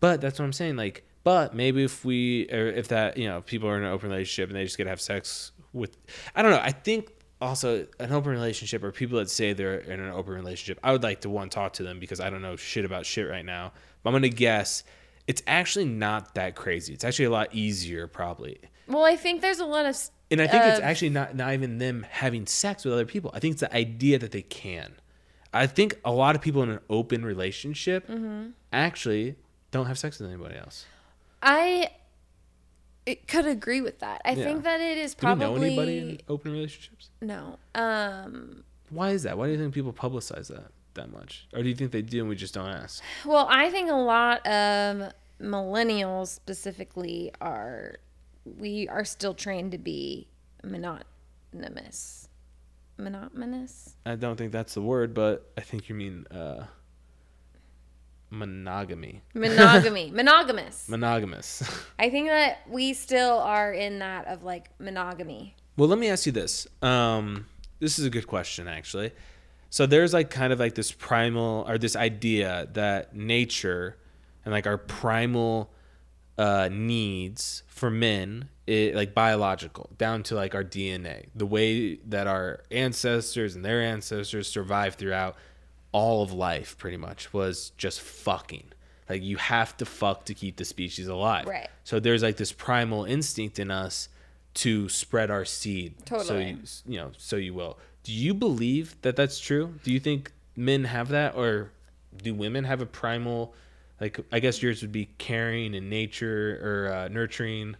S2: But that's what I'm saying. Like, but maybe if we or if that you know people are in an open relationship and they just get to have sex with, I don't know. I think also an open relationship or people that say they're in an open relationship, I would like to one talk to them because I don't know shit about shit right now. But I'm gonna guess it's actually not that crazy. It's actually a lot easier probably.
S1: Well, I think there's a lot of. s-
S2: And I think it's
S1: of-
S2: actually not not even them having sex with other people. I think it's the idea that they can. I think a lot of people in an open relationship
S1: Mm-hmm.
S2: actually don't have sex with anybody else.
S1: I. It could agree with that. I think that it is
S2: Do
S1: probably
S2: we know anybody in open relationships?
S1: no. Um,
S2: Why is that? Why do you think people publicize that that much? Or do you think they do and we just don't ask?
S1: Well, I think a lot of millennials specifically are we are still trained to be monotonous. Monotonous?
S2: I don't think that's the word, but I think you mean uh, monogamy.
S1: Monogamy. Monogamous.
S2: Monogamous. <laughs>
S1: I think that we still are in that of like monogamy.
S2: well, let me ask you this. Um, this is a good question, actually. So there's like kind of like this primal or this idea that nature and like our primal uh, needs for men, it, like biological, down to like our DNA, the way that our ancestors and their ancestors survived throughout all of life, pretty much, was just fucking. Like you have to fuck to keep the species alive.
S1: Right.
S2: So there's like this primal instinct in us to spread our seed. So
S1: Totally.
S2: you, you know, so you will. Do you believe that that's true? Do you think men have that, or do women have a primal, like I guess yours would be caring and nature or uh, nurturing?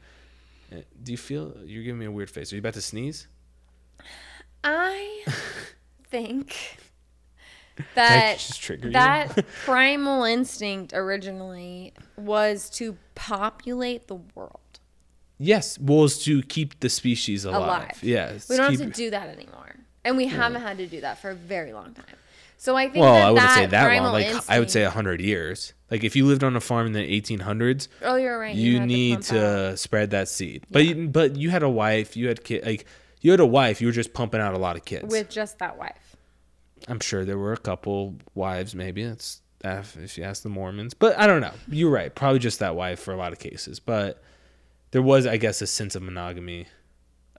S2: Uh, Do you feel you're giving me a weird face? Are you about to sneeze?
S1: I think
S2: I
S1: that
S2: just trigger you?
S1: that primal instinct originally was to populate the world
S2: Yes, well, it's to keep the species alive.
S1: alive.
S2: Yes,
S1: we don't
S2: keep-
S1: have to do that anymore, and we haven't had to do that for a very long time. So I think
S2: Well,
S1: that
S2: I wouldn't
S1: that
S2: say that
S1: primal
S2: long. Like
S1: instinct,
S2: I would say hundred years. Like if you lived on a farm in the 1800s,
S1: Oh, you're right.
S2: you
S1: had
S2: need
S1: pump out.
S2: to spread that seed. But you, but you had a wife, you had kid, like you had a wife. You were just pumping out a lot of kids.
S1: with just that wife.
S2: I'm sure there were a couple wives, maybe it's if if you ask the Mormons. But I don't know. You're right. Probably just that wife for a lot of cases. But there was, I guess, a sense of monogamy.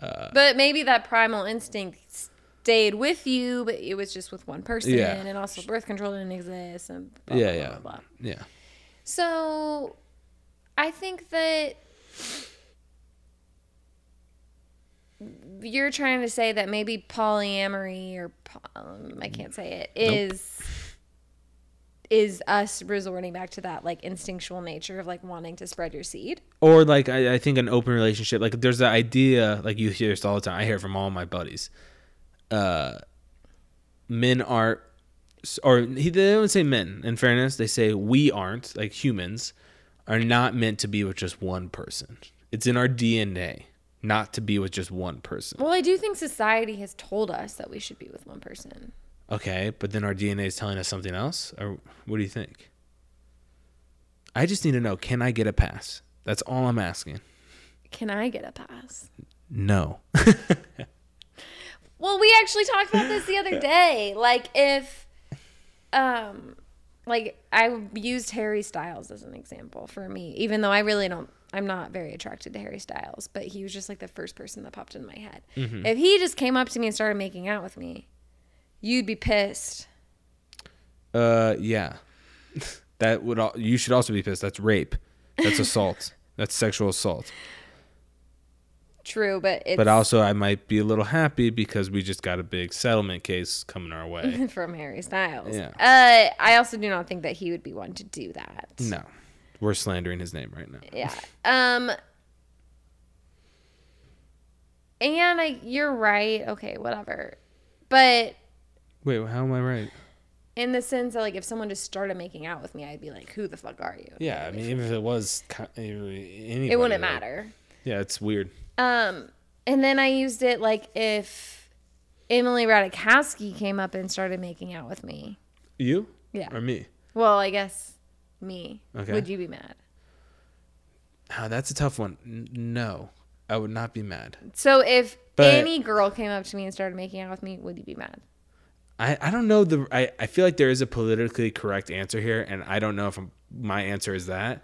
S2: Uh,
S1: But maybe that primal instinct stayed with you, but it was just with one person,
S2: Yeah.
S1: and also birth control didn't exist, and blah,
S2: yeah,
S1: blah,
S2: yeah,
S1: blah, blah.
S2: yeah.
S1: So I think that you're trying to say that maybe polyamory or po- um, I can't say it is is us resorting back to that like instinctual nature of like wanting to spread your seed.
S2: or like I, I think an open relationship like there's the idea like you hear this all the time i hear it from all my buddies uh men aren't or he, they don't say men in fairness they say we aren't like humans are not meant to be with just one person it's in our dna not to be with just one person
S1: Well, I do think society has told us that we should be with one person.
S2: okay but then our dna is telling us something else or what do you think i just need to know can i get a pass that's all i'm asking
S1: Can I get a pass?
S2: no
S1: Well, we actually talked about this the other day. Like if um like I used Harry Styles as an example for me, even though I really don't I'm not very attracted to Harry Styles, but he was just like the first person that popped in my head. If he just came up to me and started making out with me, you'd be pissed.
S2: Uh, yeah. that would al- you should also be pissed. That's rape. That's assault. <laughs> That's sexual assault.
S1: True, but it's
S2: But also, I might be a little happy because we just got a big settlement case coming our way.
S1: <laughs> from Harry Styles.
S2: Yeah.
S1: Uh I also do not think that he would be one to do that.
S2: no, we're slandering his name right now.
S1: Yeah. Um and I you're right. Okay, whatever. But
S2: Wait, how am I right?
S1: in the sense that like if someone just started making out with me, I'd be like, Who the fuck are you?
S2: Yeah, I mean, even if it was, co- anybody,
S1: It wouldn't
S2: like-
S1: matter.
S2: Yeah, it's weird.
S1: Um and then I used it like if Emily Radikowski came up and started making out with me.
S2: You?
S1: Yeah.
S2: Or me?
S1: Well, I guess me.
S2: Okay.
S1: Would you be mad?
S2: Oh, that's a tough one. N- no, I would not be mad.
S1: So if
S2: But-
S1: any girl came up to me and started making out with me, would you be mad?
S2: I, I don't know the I, I feel like there is a politically correct answer here and I don't know if I'm- my answer is that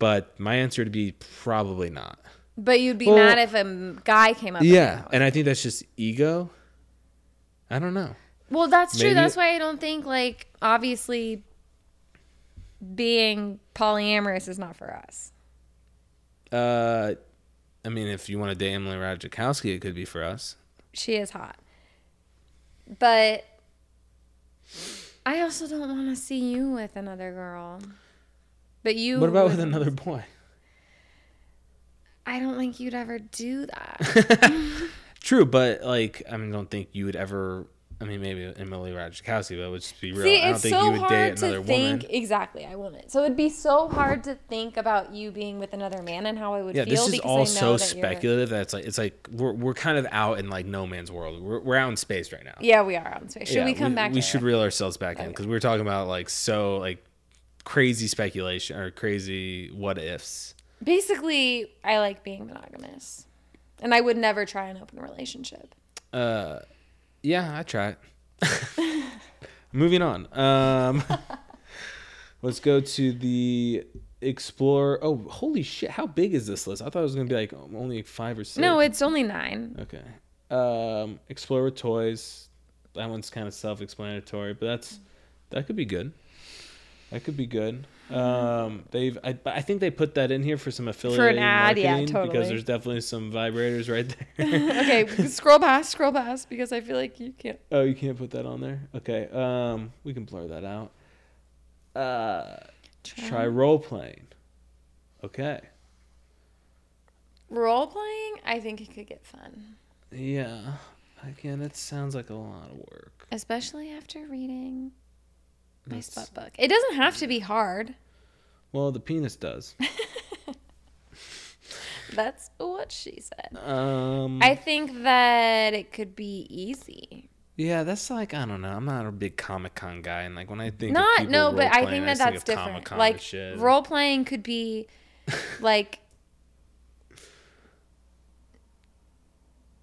S2: but my answer would be probably not.
S1: But you'd be
S2: Well-
S1: mad if a m- guy came up. And
S2: Yeah, and I think that's just ego. I don't know.
S1: Well, that's true.
S2: Maybe-
S1: That's why I don't think like obviously being polyamorous is not for us.
S2: Uh I mean if you want to date Emily Ratajkowski it could be for us.
S1: She is hot. But I also don't want to see you with another girl. But you
S2: What about with
S1: would-
S2: another boy?
S1: I don't think
S2: <laughs>
S1: you'd ever do that.
S2: True, but like I mean, don't think you would ever I mean, maybe Emily Ratajkowski, but it would just be real.
S1: See,
S2: I don't
S1: it's
S2: think
S1: so
S2: you would date
S1: hard
S2: another
S1: to
S2: woman.
S1: think. Exactly, I want it. So it'd be so hard to think about you being with another man and how I would
S2: yeah,
S1: feel.
S2: this is
S1: because I
S2: all
S1: know
S2: so
S1: that you're-
S2: speculative that it's like it's like we're we're kind of out in like no man's world. We're we're out in space right now.
S1: Yeah, we are on space. Should
S2: Yeah,
S1: we come back?
S2: We
S1: to
S2: should
S1: it?
S2: reel ourselves back in because we were talking about like so like crazy speculation or crazy what ifs.
S1: Basically, I like being monogamous, and I would never try an open relationship.
S2: Yeah, I try it. <laughs> Moving on. Um, <laughs> let's go to the explore. Oh, holy shit! How big is this list? I thought it was gonna be like only five or six.
S1: No, it's only nine.
S2: Okay. Um, explore with toys. That one's kind of self-explanatory, but that's that could be good. That could be good. Um, they've I, but I think they put that in here for some affiliate
S1: ad,
S2: marketing
S1: yeah,
S2: because
S1: totally.
S2: there's definitely some vibrators right
S1: <laughs>
S2: there.
S1: <laughs>
S2: <laughs>
S1: okay, scroll past, scroll past, because I feel like you can't.
S2: oh, you can't put that on there. Okay. Um, we can blur that out. Uh,
S1: Try-
S2: try role playing. Okay.
S1: Role playing, I think it could get fun,
S2: Yeah. Again, it sounds like a lot of work.
S1: especially after reading my
S2: That's-
S1: spot book. It doesn't have to be hard.
S2: Well, the
S1: <laughs>
S2: penis does.
S1: That's what she said.
S2: Um,
S1: I think that it could be easy.
S2: Yeah, that's like I don't know. I'm not a big Comic Con guy, and like when I think of
S1: Not
S2: people
S1: no, but I think
S2: role-playing,
S1: that
S2: just
S1: that's
S2: of
S1: different.
S2: Comic-Con
S1: Like
S2: and shit.
S1: role playing could
S2: <laughs>
S1: be like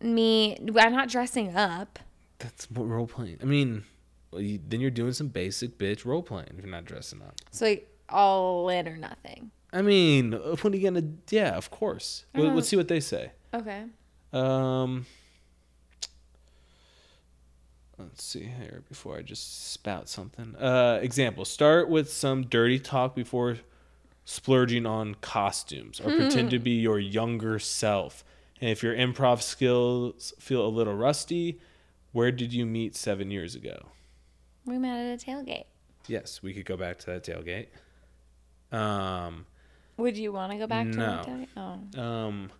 S1: me I'm not dressing up.
S2: That's what role playing. I mean, well, you, then you're doing some basic bitch role playing if you're not dressing up.
S1: So like, all in or nothing.
S2: I mean, uh, what are you gonna? Yeah, of course. We'll,
S1: Mm-hmm.
S2: let's see what they say.
S1: Okay.
S2: Um, let's see here before I just spout something. Uh, example: Start with some dirty talk before splurging on costumes, or pretend to be your younger self. And if your improv skills feel a little rusty, where did you meet seven years ago?
S1: We met at a tailgate.
S2: Yes, we could go back to that tailgate. Um,
S1: Would you want to go back to
S2: No.
S1: that tailgate? Oh.
S2: um,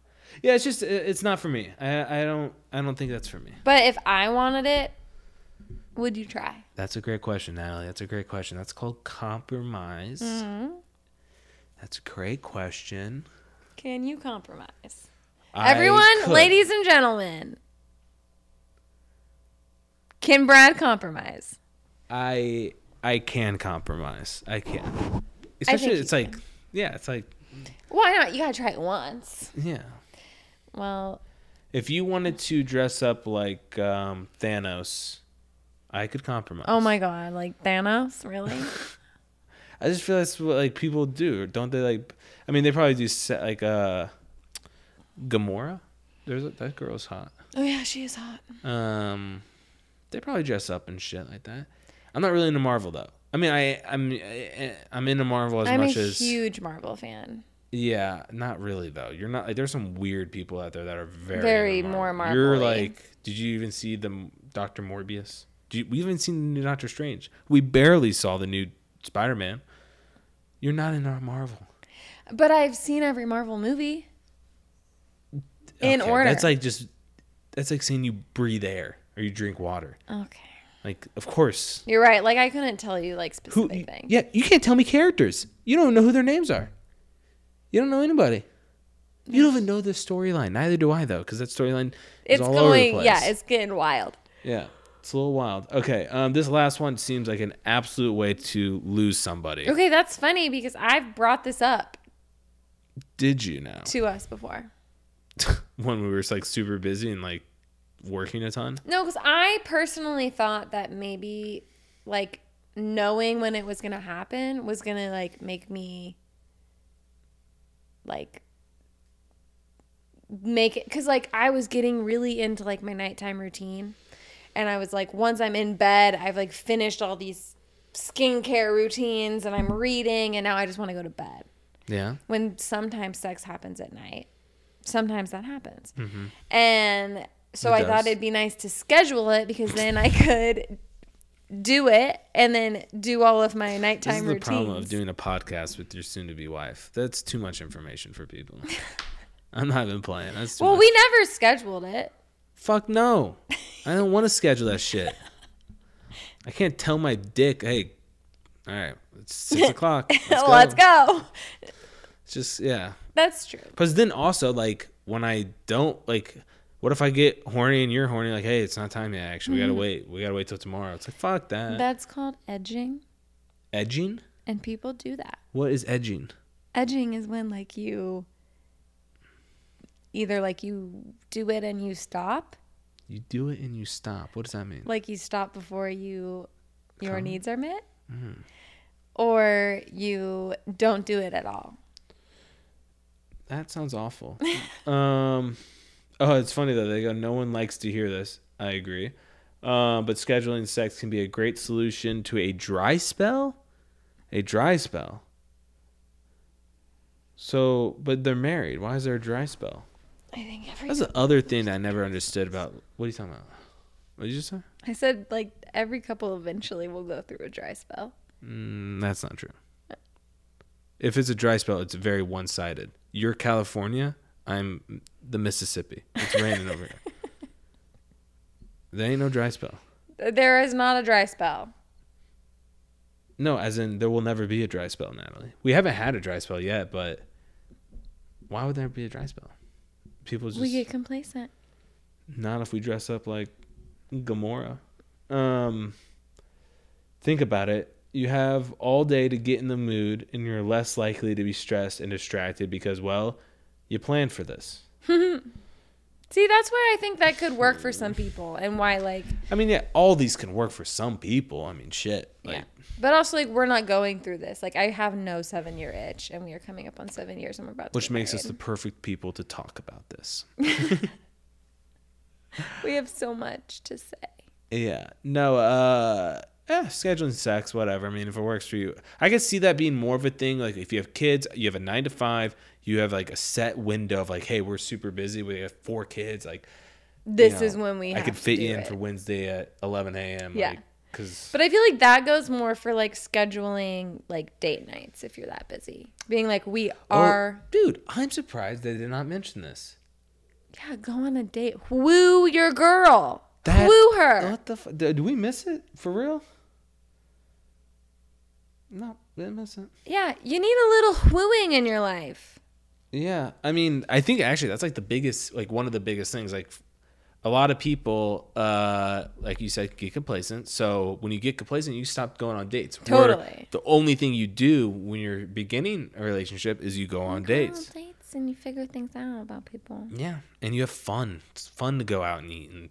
S2: yeah, it's just it- it's not for me. I I don't I don't think that's for me.
S1: But if I wanted it, would you try?
S2: That's a great question, Natalie. That's a great question. That's called compromise.
S1: Mm. Mm-hmm.
S2: That's a great question.
S1: Can you compromise?
S2: I
S1: Everyone,
S2: could.
S1: ladies and gentlemen, can Brad compromise?
S2: I I can compromise. I can. Especially,
S1: you
S2: it's like, yeah, it's like,
S1: Why not? You gotta try it once.
S2: yeah.
S1: Well,
S2: If you wanted to dress up like um, Thanos, I could compromise.
S1: oh my god, like Thanos, really?
S2: I just feel that's what like people do, don't they? Like, I mean, they probably do set like uh, Gamora. There's a, that girl's hot.
S1: oh yeah, she is hot.
S2: Um, they probably dress up and shit like that. I'm not really into Marvel though. I mean, I I'm I, I'm into Marvel as
S1: I'm a
S2: much as
S1: huge Marvel fan.
S2: yeah. Not really though. You're not like there's some weird people out there that are very
S1: Very
S2: into
S1: more
S2: You're
S1: Marvel-y.
S2: like, did you even see the Doctor Morbius? Do you, we haven't seen the new Doctor Strange. We barely saw the new Spider Man. You're not into Marvel.
S1: But I've seen every Marvel movie. In
S2: Okay,
S1: order.
S2: That's like just that's like saying you breathe air or you drink water.
S1: okay.
S2: Like, of course,
S1: You're right. Like I couldn't tell you like
S2: Who?
S1: specific things.
S2: Yeah, you can't tell me characters. You don't know who their names are. You don't know anybody. You don't even know the storyline. Neither do I though, because that storyline is
S1: It's
S2: all over the
S1: going
S2: place.
S1: yeah, it's getting wild.
S2: yeah, it's a little wild. Okay, um, this last one seems like an absolute way to lose somebody.
S1: Okay, that's funny because I've brought this up
S2: Did you now?
S1: to us before.
S2: <laughs> when we were just, like super busy and like working a ton.
S1: No, because I personally thought that maybe like knowing when it was gonna happen was gonna like make me like make it because like I was getting really into like my nighttime routine, and I was like, once I'm in bed, I've like finished all these skincare routines and I'm reading, and now I just want to go to bed
S2: Yeah.
S1: when sometimes sex happens at night. Sometimes that happens. And so
S2: Mm-hmm. It
S1: I
S2: does.
S1: thought it'd be nice to schedule it because then I could do it and then do all of my
S2: This is
S1: nighttime
S2: the problem of
S1: routines.
S2: doing a podcast with your soon-to-be wife. That's too much information for
S1: <laughs>
S2: people. I'm not even playing. That's too
S1: well,
S2: much.
S1: we never scheduled it.
S2: Fuck no. I don't want to schedule that shit. I can't tell my dick, hey, all right,
S1: <laughs>
S2: it's six o'clock.
S1: Let's go. Let's go.
S2: It's just yeah.
S1: That's true.
S2: Because then also like when I don't like, what if I get horny and you're horny? Like, hey, it's not time yet. Actually, we
S1: Mm.
S2: gotta wait. We gotta wait till tomorrow. It's like fuck that.
S1: That's called edging,
S2: edging.
S1: and people do that.
S2: What is edging?
S1: Edging is when like you either like you do it and you stop,
S2: You do it and you stop. What does that mean?
S1: like you stop before you your needs are met,
S2: Mm-hmm.
S1: or you don't do it at all.
S2: That sounds awful. <laughs> um, oh, it's funny though. They go, no one likes to hear this. I agree. Uh, but scheduling sex can be a great solution to a dry spell. A dry spell. So, but they're married. Why is there a dry spell?
S1: I think every
S2: That's the other thing that I never understood about. What are you talking about? What did you just say?
S1: <laughs> I said like every couple eventually will go through a dry spell.
S2: Mm, that's not true. If it's a dry spell, it's very one sided. You're California, I'm the Mississippi. It's raining over here. There ain't no dry spell.
S1: There is not a dry spell.
S2: No, as in there will never be a dry spell, Natalie. We haven't had a dry spell yet, but why would there be a dry spell? People just
S1: we get complacent.
S2: Not if we dress up like Gamora. Um, think about it. You have all day to get in the mood, and you're less likely to be stressed and distracted because, well, you planned for this.
S1: See, that's why I think that could work for some people and why like
S2: I mean, yeah, all these can work for some people. I mean, shit. Like,
S1: yeah. But also like we're not going through this. Like I have no 7-year itch and we are coming up on 7 years and we're about to
S2: Which
S1: get
S2: makes us the
S1: married.
S2: perfect people to talk about this.
S1: We have so much to say.
S2: Yeah. No, uh yeah, scheduling sex, whatever. I mean, if it works for you. I could see that being more of a thing. Like if you have kids, you have a nine to five, you have like a set window of like, hey, we're super busy. We have four kids. Like you
S1: This
S2: know,
S1: is when we
S2: I
S1: have
S2: could
S1: to
S2: fit
S1: do
S2: you in
S1: it.
S2: for Wednesday at eleven AM.
S1: Yeah.
S2: Like, Cause
S1: But I feel like that goes more for like scheduling like date nights if you're that busy. Being like we are
S2: oh, dude, I'm surprised they did not mention this.
S1: yeah, go on a date. Woo your girl.
S2: That-
S1: Woo her.
S2: What the? F- did we miss it for real? No, didn't miss it.
S1: Yeah, you need a little wooing in your life.
S2: Yeah, I mean, I think actually that's like the biggest, like one of the biggest things. Like, a lot of people, uh, like you said, get complacent. So when you get complacent, you stop going on dates. Where
S1: Totally.
S2: the only thing you do when you're beginning a relationship is you go
S1: Oh
S2: on dates.
S1: Go on dates and you figure things out about people.
S2: Yeah, and you have fun. It's fun to go out and eat and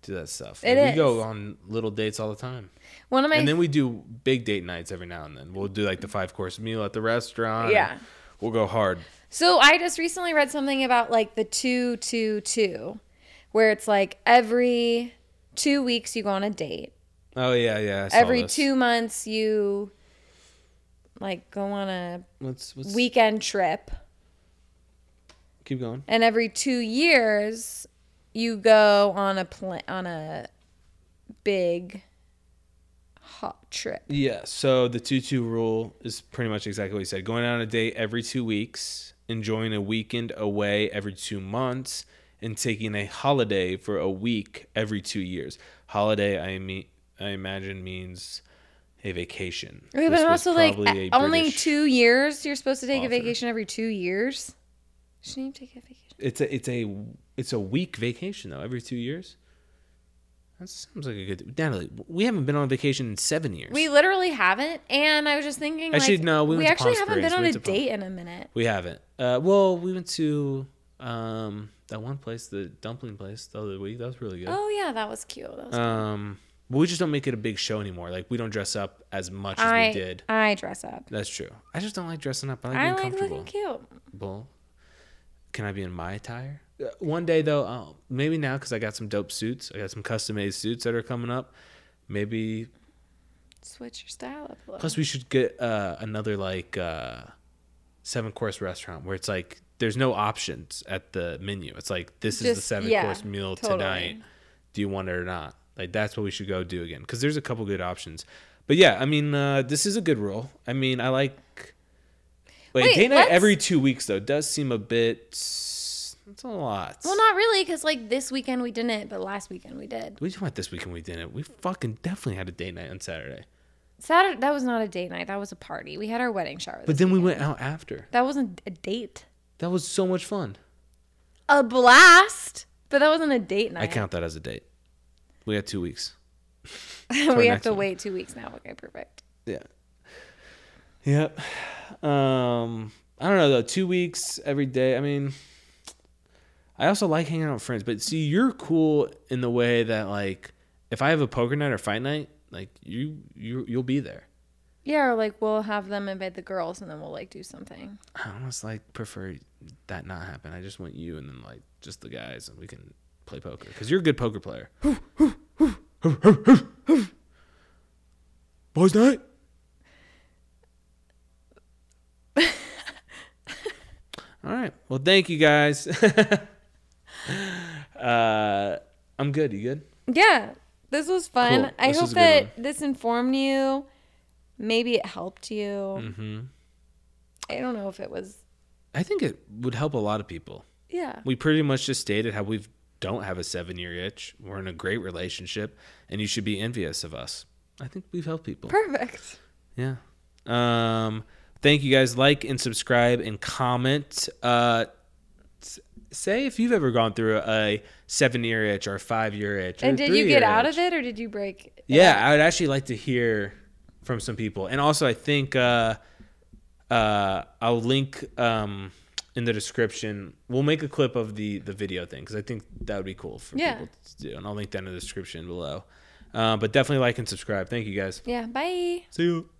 S2: do that stuff.
S1: It
S2: and
S1: is.
S2: We go on little dates all the time,
S1: One of my
S2: and then we do big date nights every now and then. We'll do like the five course meal at the restaurant.
S1: Yeah.
S2: we'll go hard.
S1: So I just recently read something about like the two, two, two, where it's like every two weeks you go on a date.
S2: Oh yeah, yeah. I saw
S1: Every
S2: this.
S1: two months you like go on a
S2: Let's, let's
S1: weekend trip.
S2: keep going.
S1: And every two years you go on a pl- on a big hot trip.
S2: Yeah, so the 2 2 rule is pretty much exactly what you said. Going out on a date every two weeks, enjoying a weekend away every two months, and taking a holiday for a week every two years. Holiday, I mean, I imagine means a vacation.
S1: Okay,
S2: This
S1: but
S2: was
S1: also like
S2: probably
S1: a-
S2: a
S1: only
S2: British-
S1: two years. You're supposed to take
S2: author.
S1: a vacation every two years. Shouldn't you take a vacation?
S2: It's a it's a it's a week vacation though. Every two years. That sounds like a good Natalie. We haven't been on vacation in seven years.
S1: We literally haven't, and I was just thinking.
S2: Actually,
S1: like,
S2: no, we went to
S1: actually
S2: Palm
S1: haven't
S2: Springs.
S1: been on
S2: We
S1: a
S2: went to Palm-
S1: date in a minute.
S2: We haven't. Uh, well, we went to um, that one place, the dumpling place, the other week. That was really good.
S1: Oh yeah, that was cute. That was
S2: Um, but we just don't make it a big show anymore. Like we don't dress up as much as
S1: I
S2: we did.
S1: I dress up.
S2: That's true. I just don't like dressing up. I like
S1: I
S2: being
S1: like
S2: comfortable.
S1: looking cute.
S2: Bull. Can I be in my attire? Uh, One day though, I'll, maybe now because I got some dope suits. I got some custom made suits that are coming up. Maybe
S1: Switch your style up a little.
S2: Plus, we should get uh, another like uh, seven course restaurant where it's like there's no options at the menu. It's like this is the
S1: Just-
S2: seven
S1: yeah,
S2: course meal
S1: totally.
S2: tonight. Do you want it or not? Like that's what we should go do again because there's a couple good options. But yeah, I mean, uh, this is a good rule. I mean, I like. Wait,
S1: Wait,
S2: date night
S1: let's-
S2: every two weeks though does seem a bit That's a lot.
S1: Well, not really, because like this weekend we didn't, but last weekend we did.
S2: we just went this weekend. We didn't. We fucking definitely had a date night on Saturday.
S1: Saturday that was not a date night. That was a party. We had our wedding shower. this-
S2: But then we went out after.
S1: that wasn't a date.
S2: That was so much fun.
S1: A blast. But that wasn't a date night.
S2: I count that as a date. We had two weeks.
S1: <laughs> we have
S2: next
S1: to
S2: one.
S1: wait two weeks now. Okay, perfect.
S2: Yeah. Yep. Um, I don't know though. Two weeks every day. I mean, I also like hanging out with friends, but see, you're cool in the way that like, if I have a poker night or fight night, like you, you, you'll be there.
S1: Yeah, or like we'll have them invite the girls and then we'll like do something.
S2: I almost like prefer that not happen. I just want you and then like just the guys, and we can play poker because you're a good poker player. Boys' night. <laughs> All right. Well, thank you guys. <laughs> uh, I'm good. You good?
S1: Yeah, this was fun.
S2: Cool.
S1: I
S2: This
S1: hope
S2: was a good
S1: that this informed you. Maybe it helped you.
S2: Mm-hmm.
S1: I don't know if it was.
S2: I think it would help a lot of people.
S1: Yeah.
S2: we pretty much just stated how we don't have a seven year itch. We're in a great relationship, and you should be envious of us. I think we've helped people.
S1: Perfect.
S2: Yeah. Um, thank you guys. Like and subscribe and comment. Uh, s- say if you've ever gone through a seven year itch or a five year itch.
S1: And did you get out of it or did you break? it
S2: Yeah, I would actually like to hear from some people. And also, I think uh, uh, I'll link um, in the description. We'll make a clip of the the video thing because I think that would be cool for
S1: Yeah.
S2: people to do. And I'll link that in the description below. Uh, but definitely like and subscribe. Thank you guys.
S1: Yeah. Bye.
S2: See you.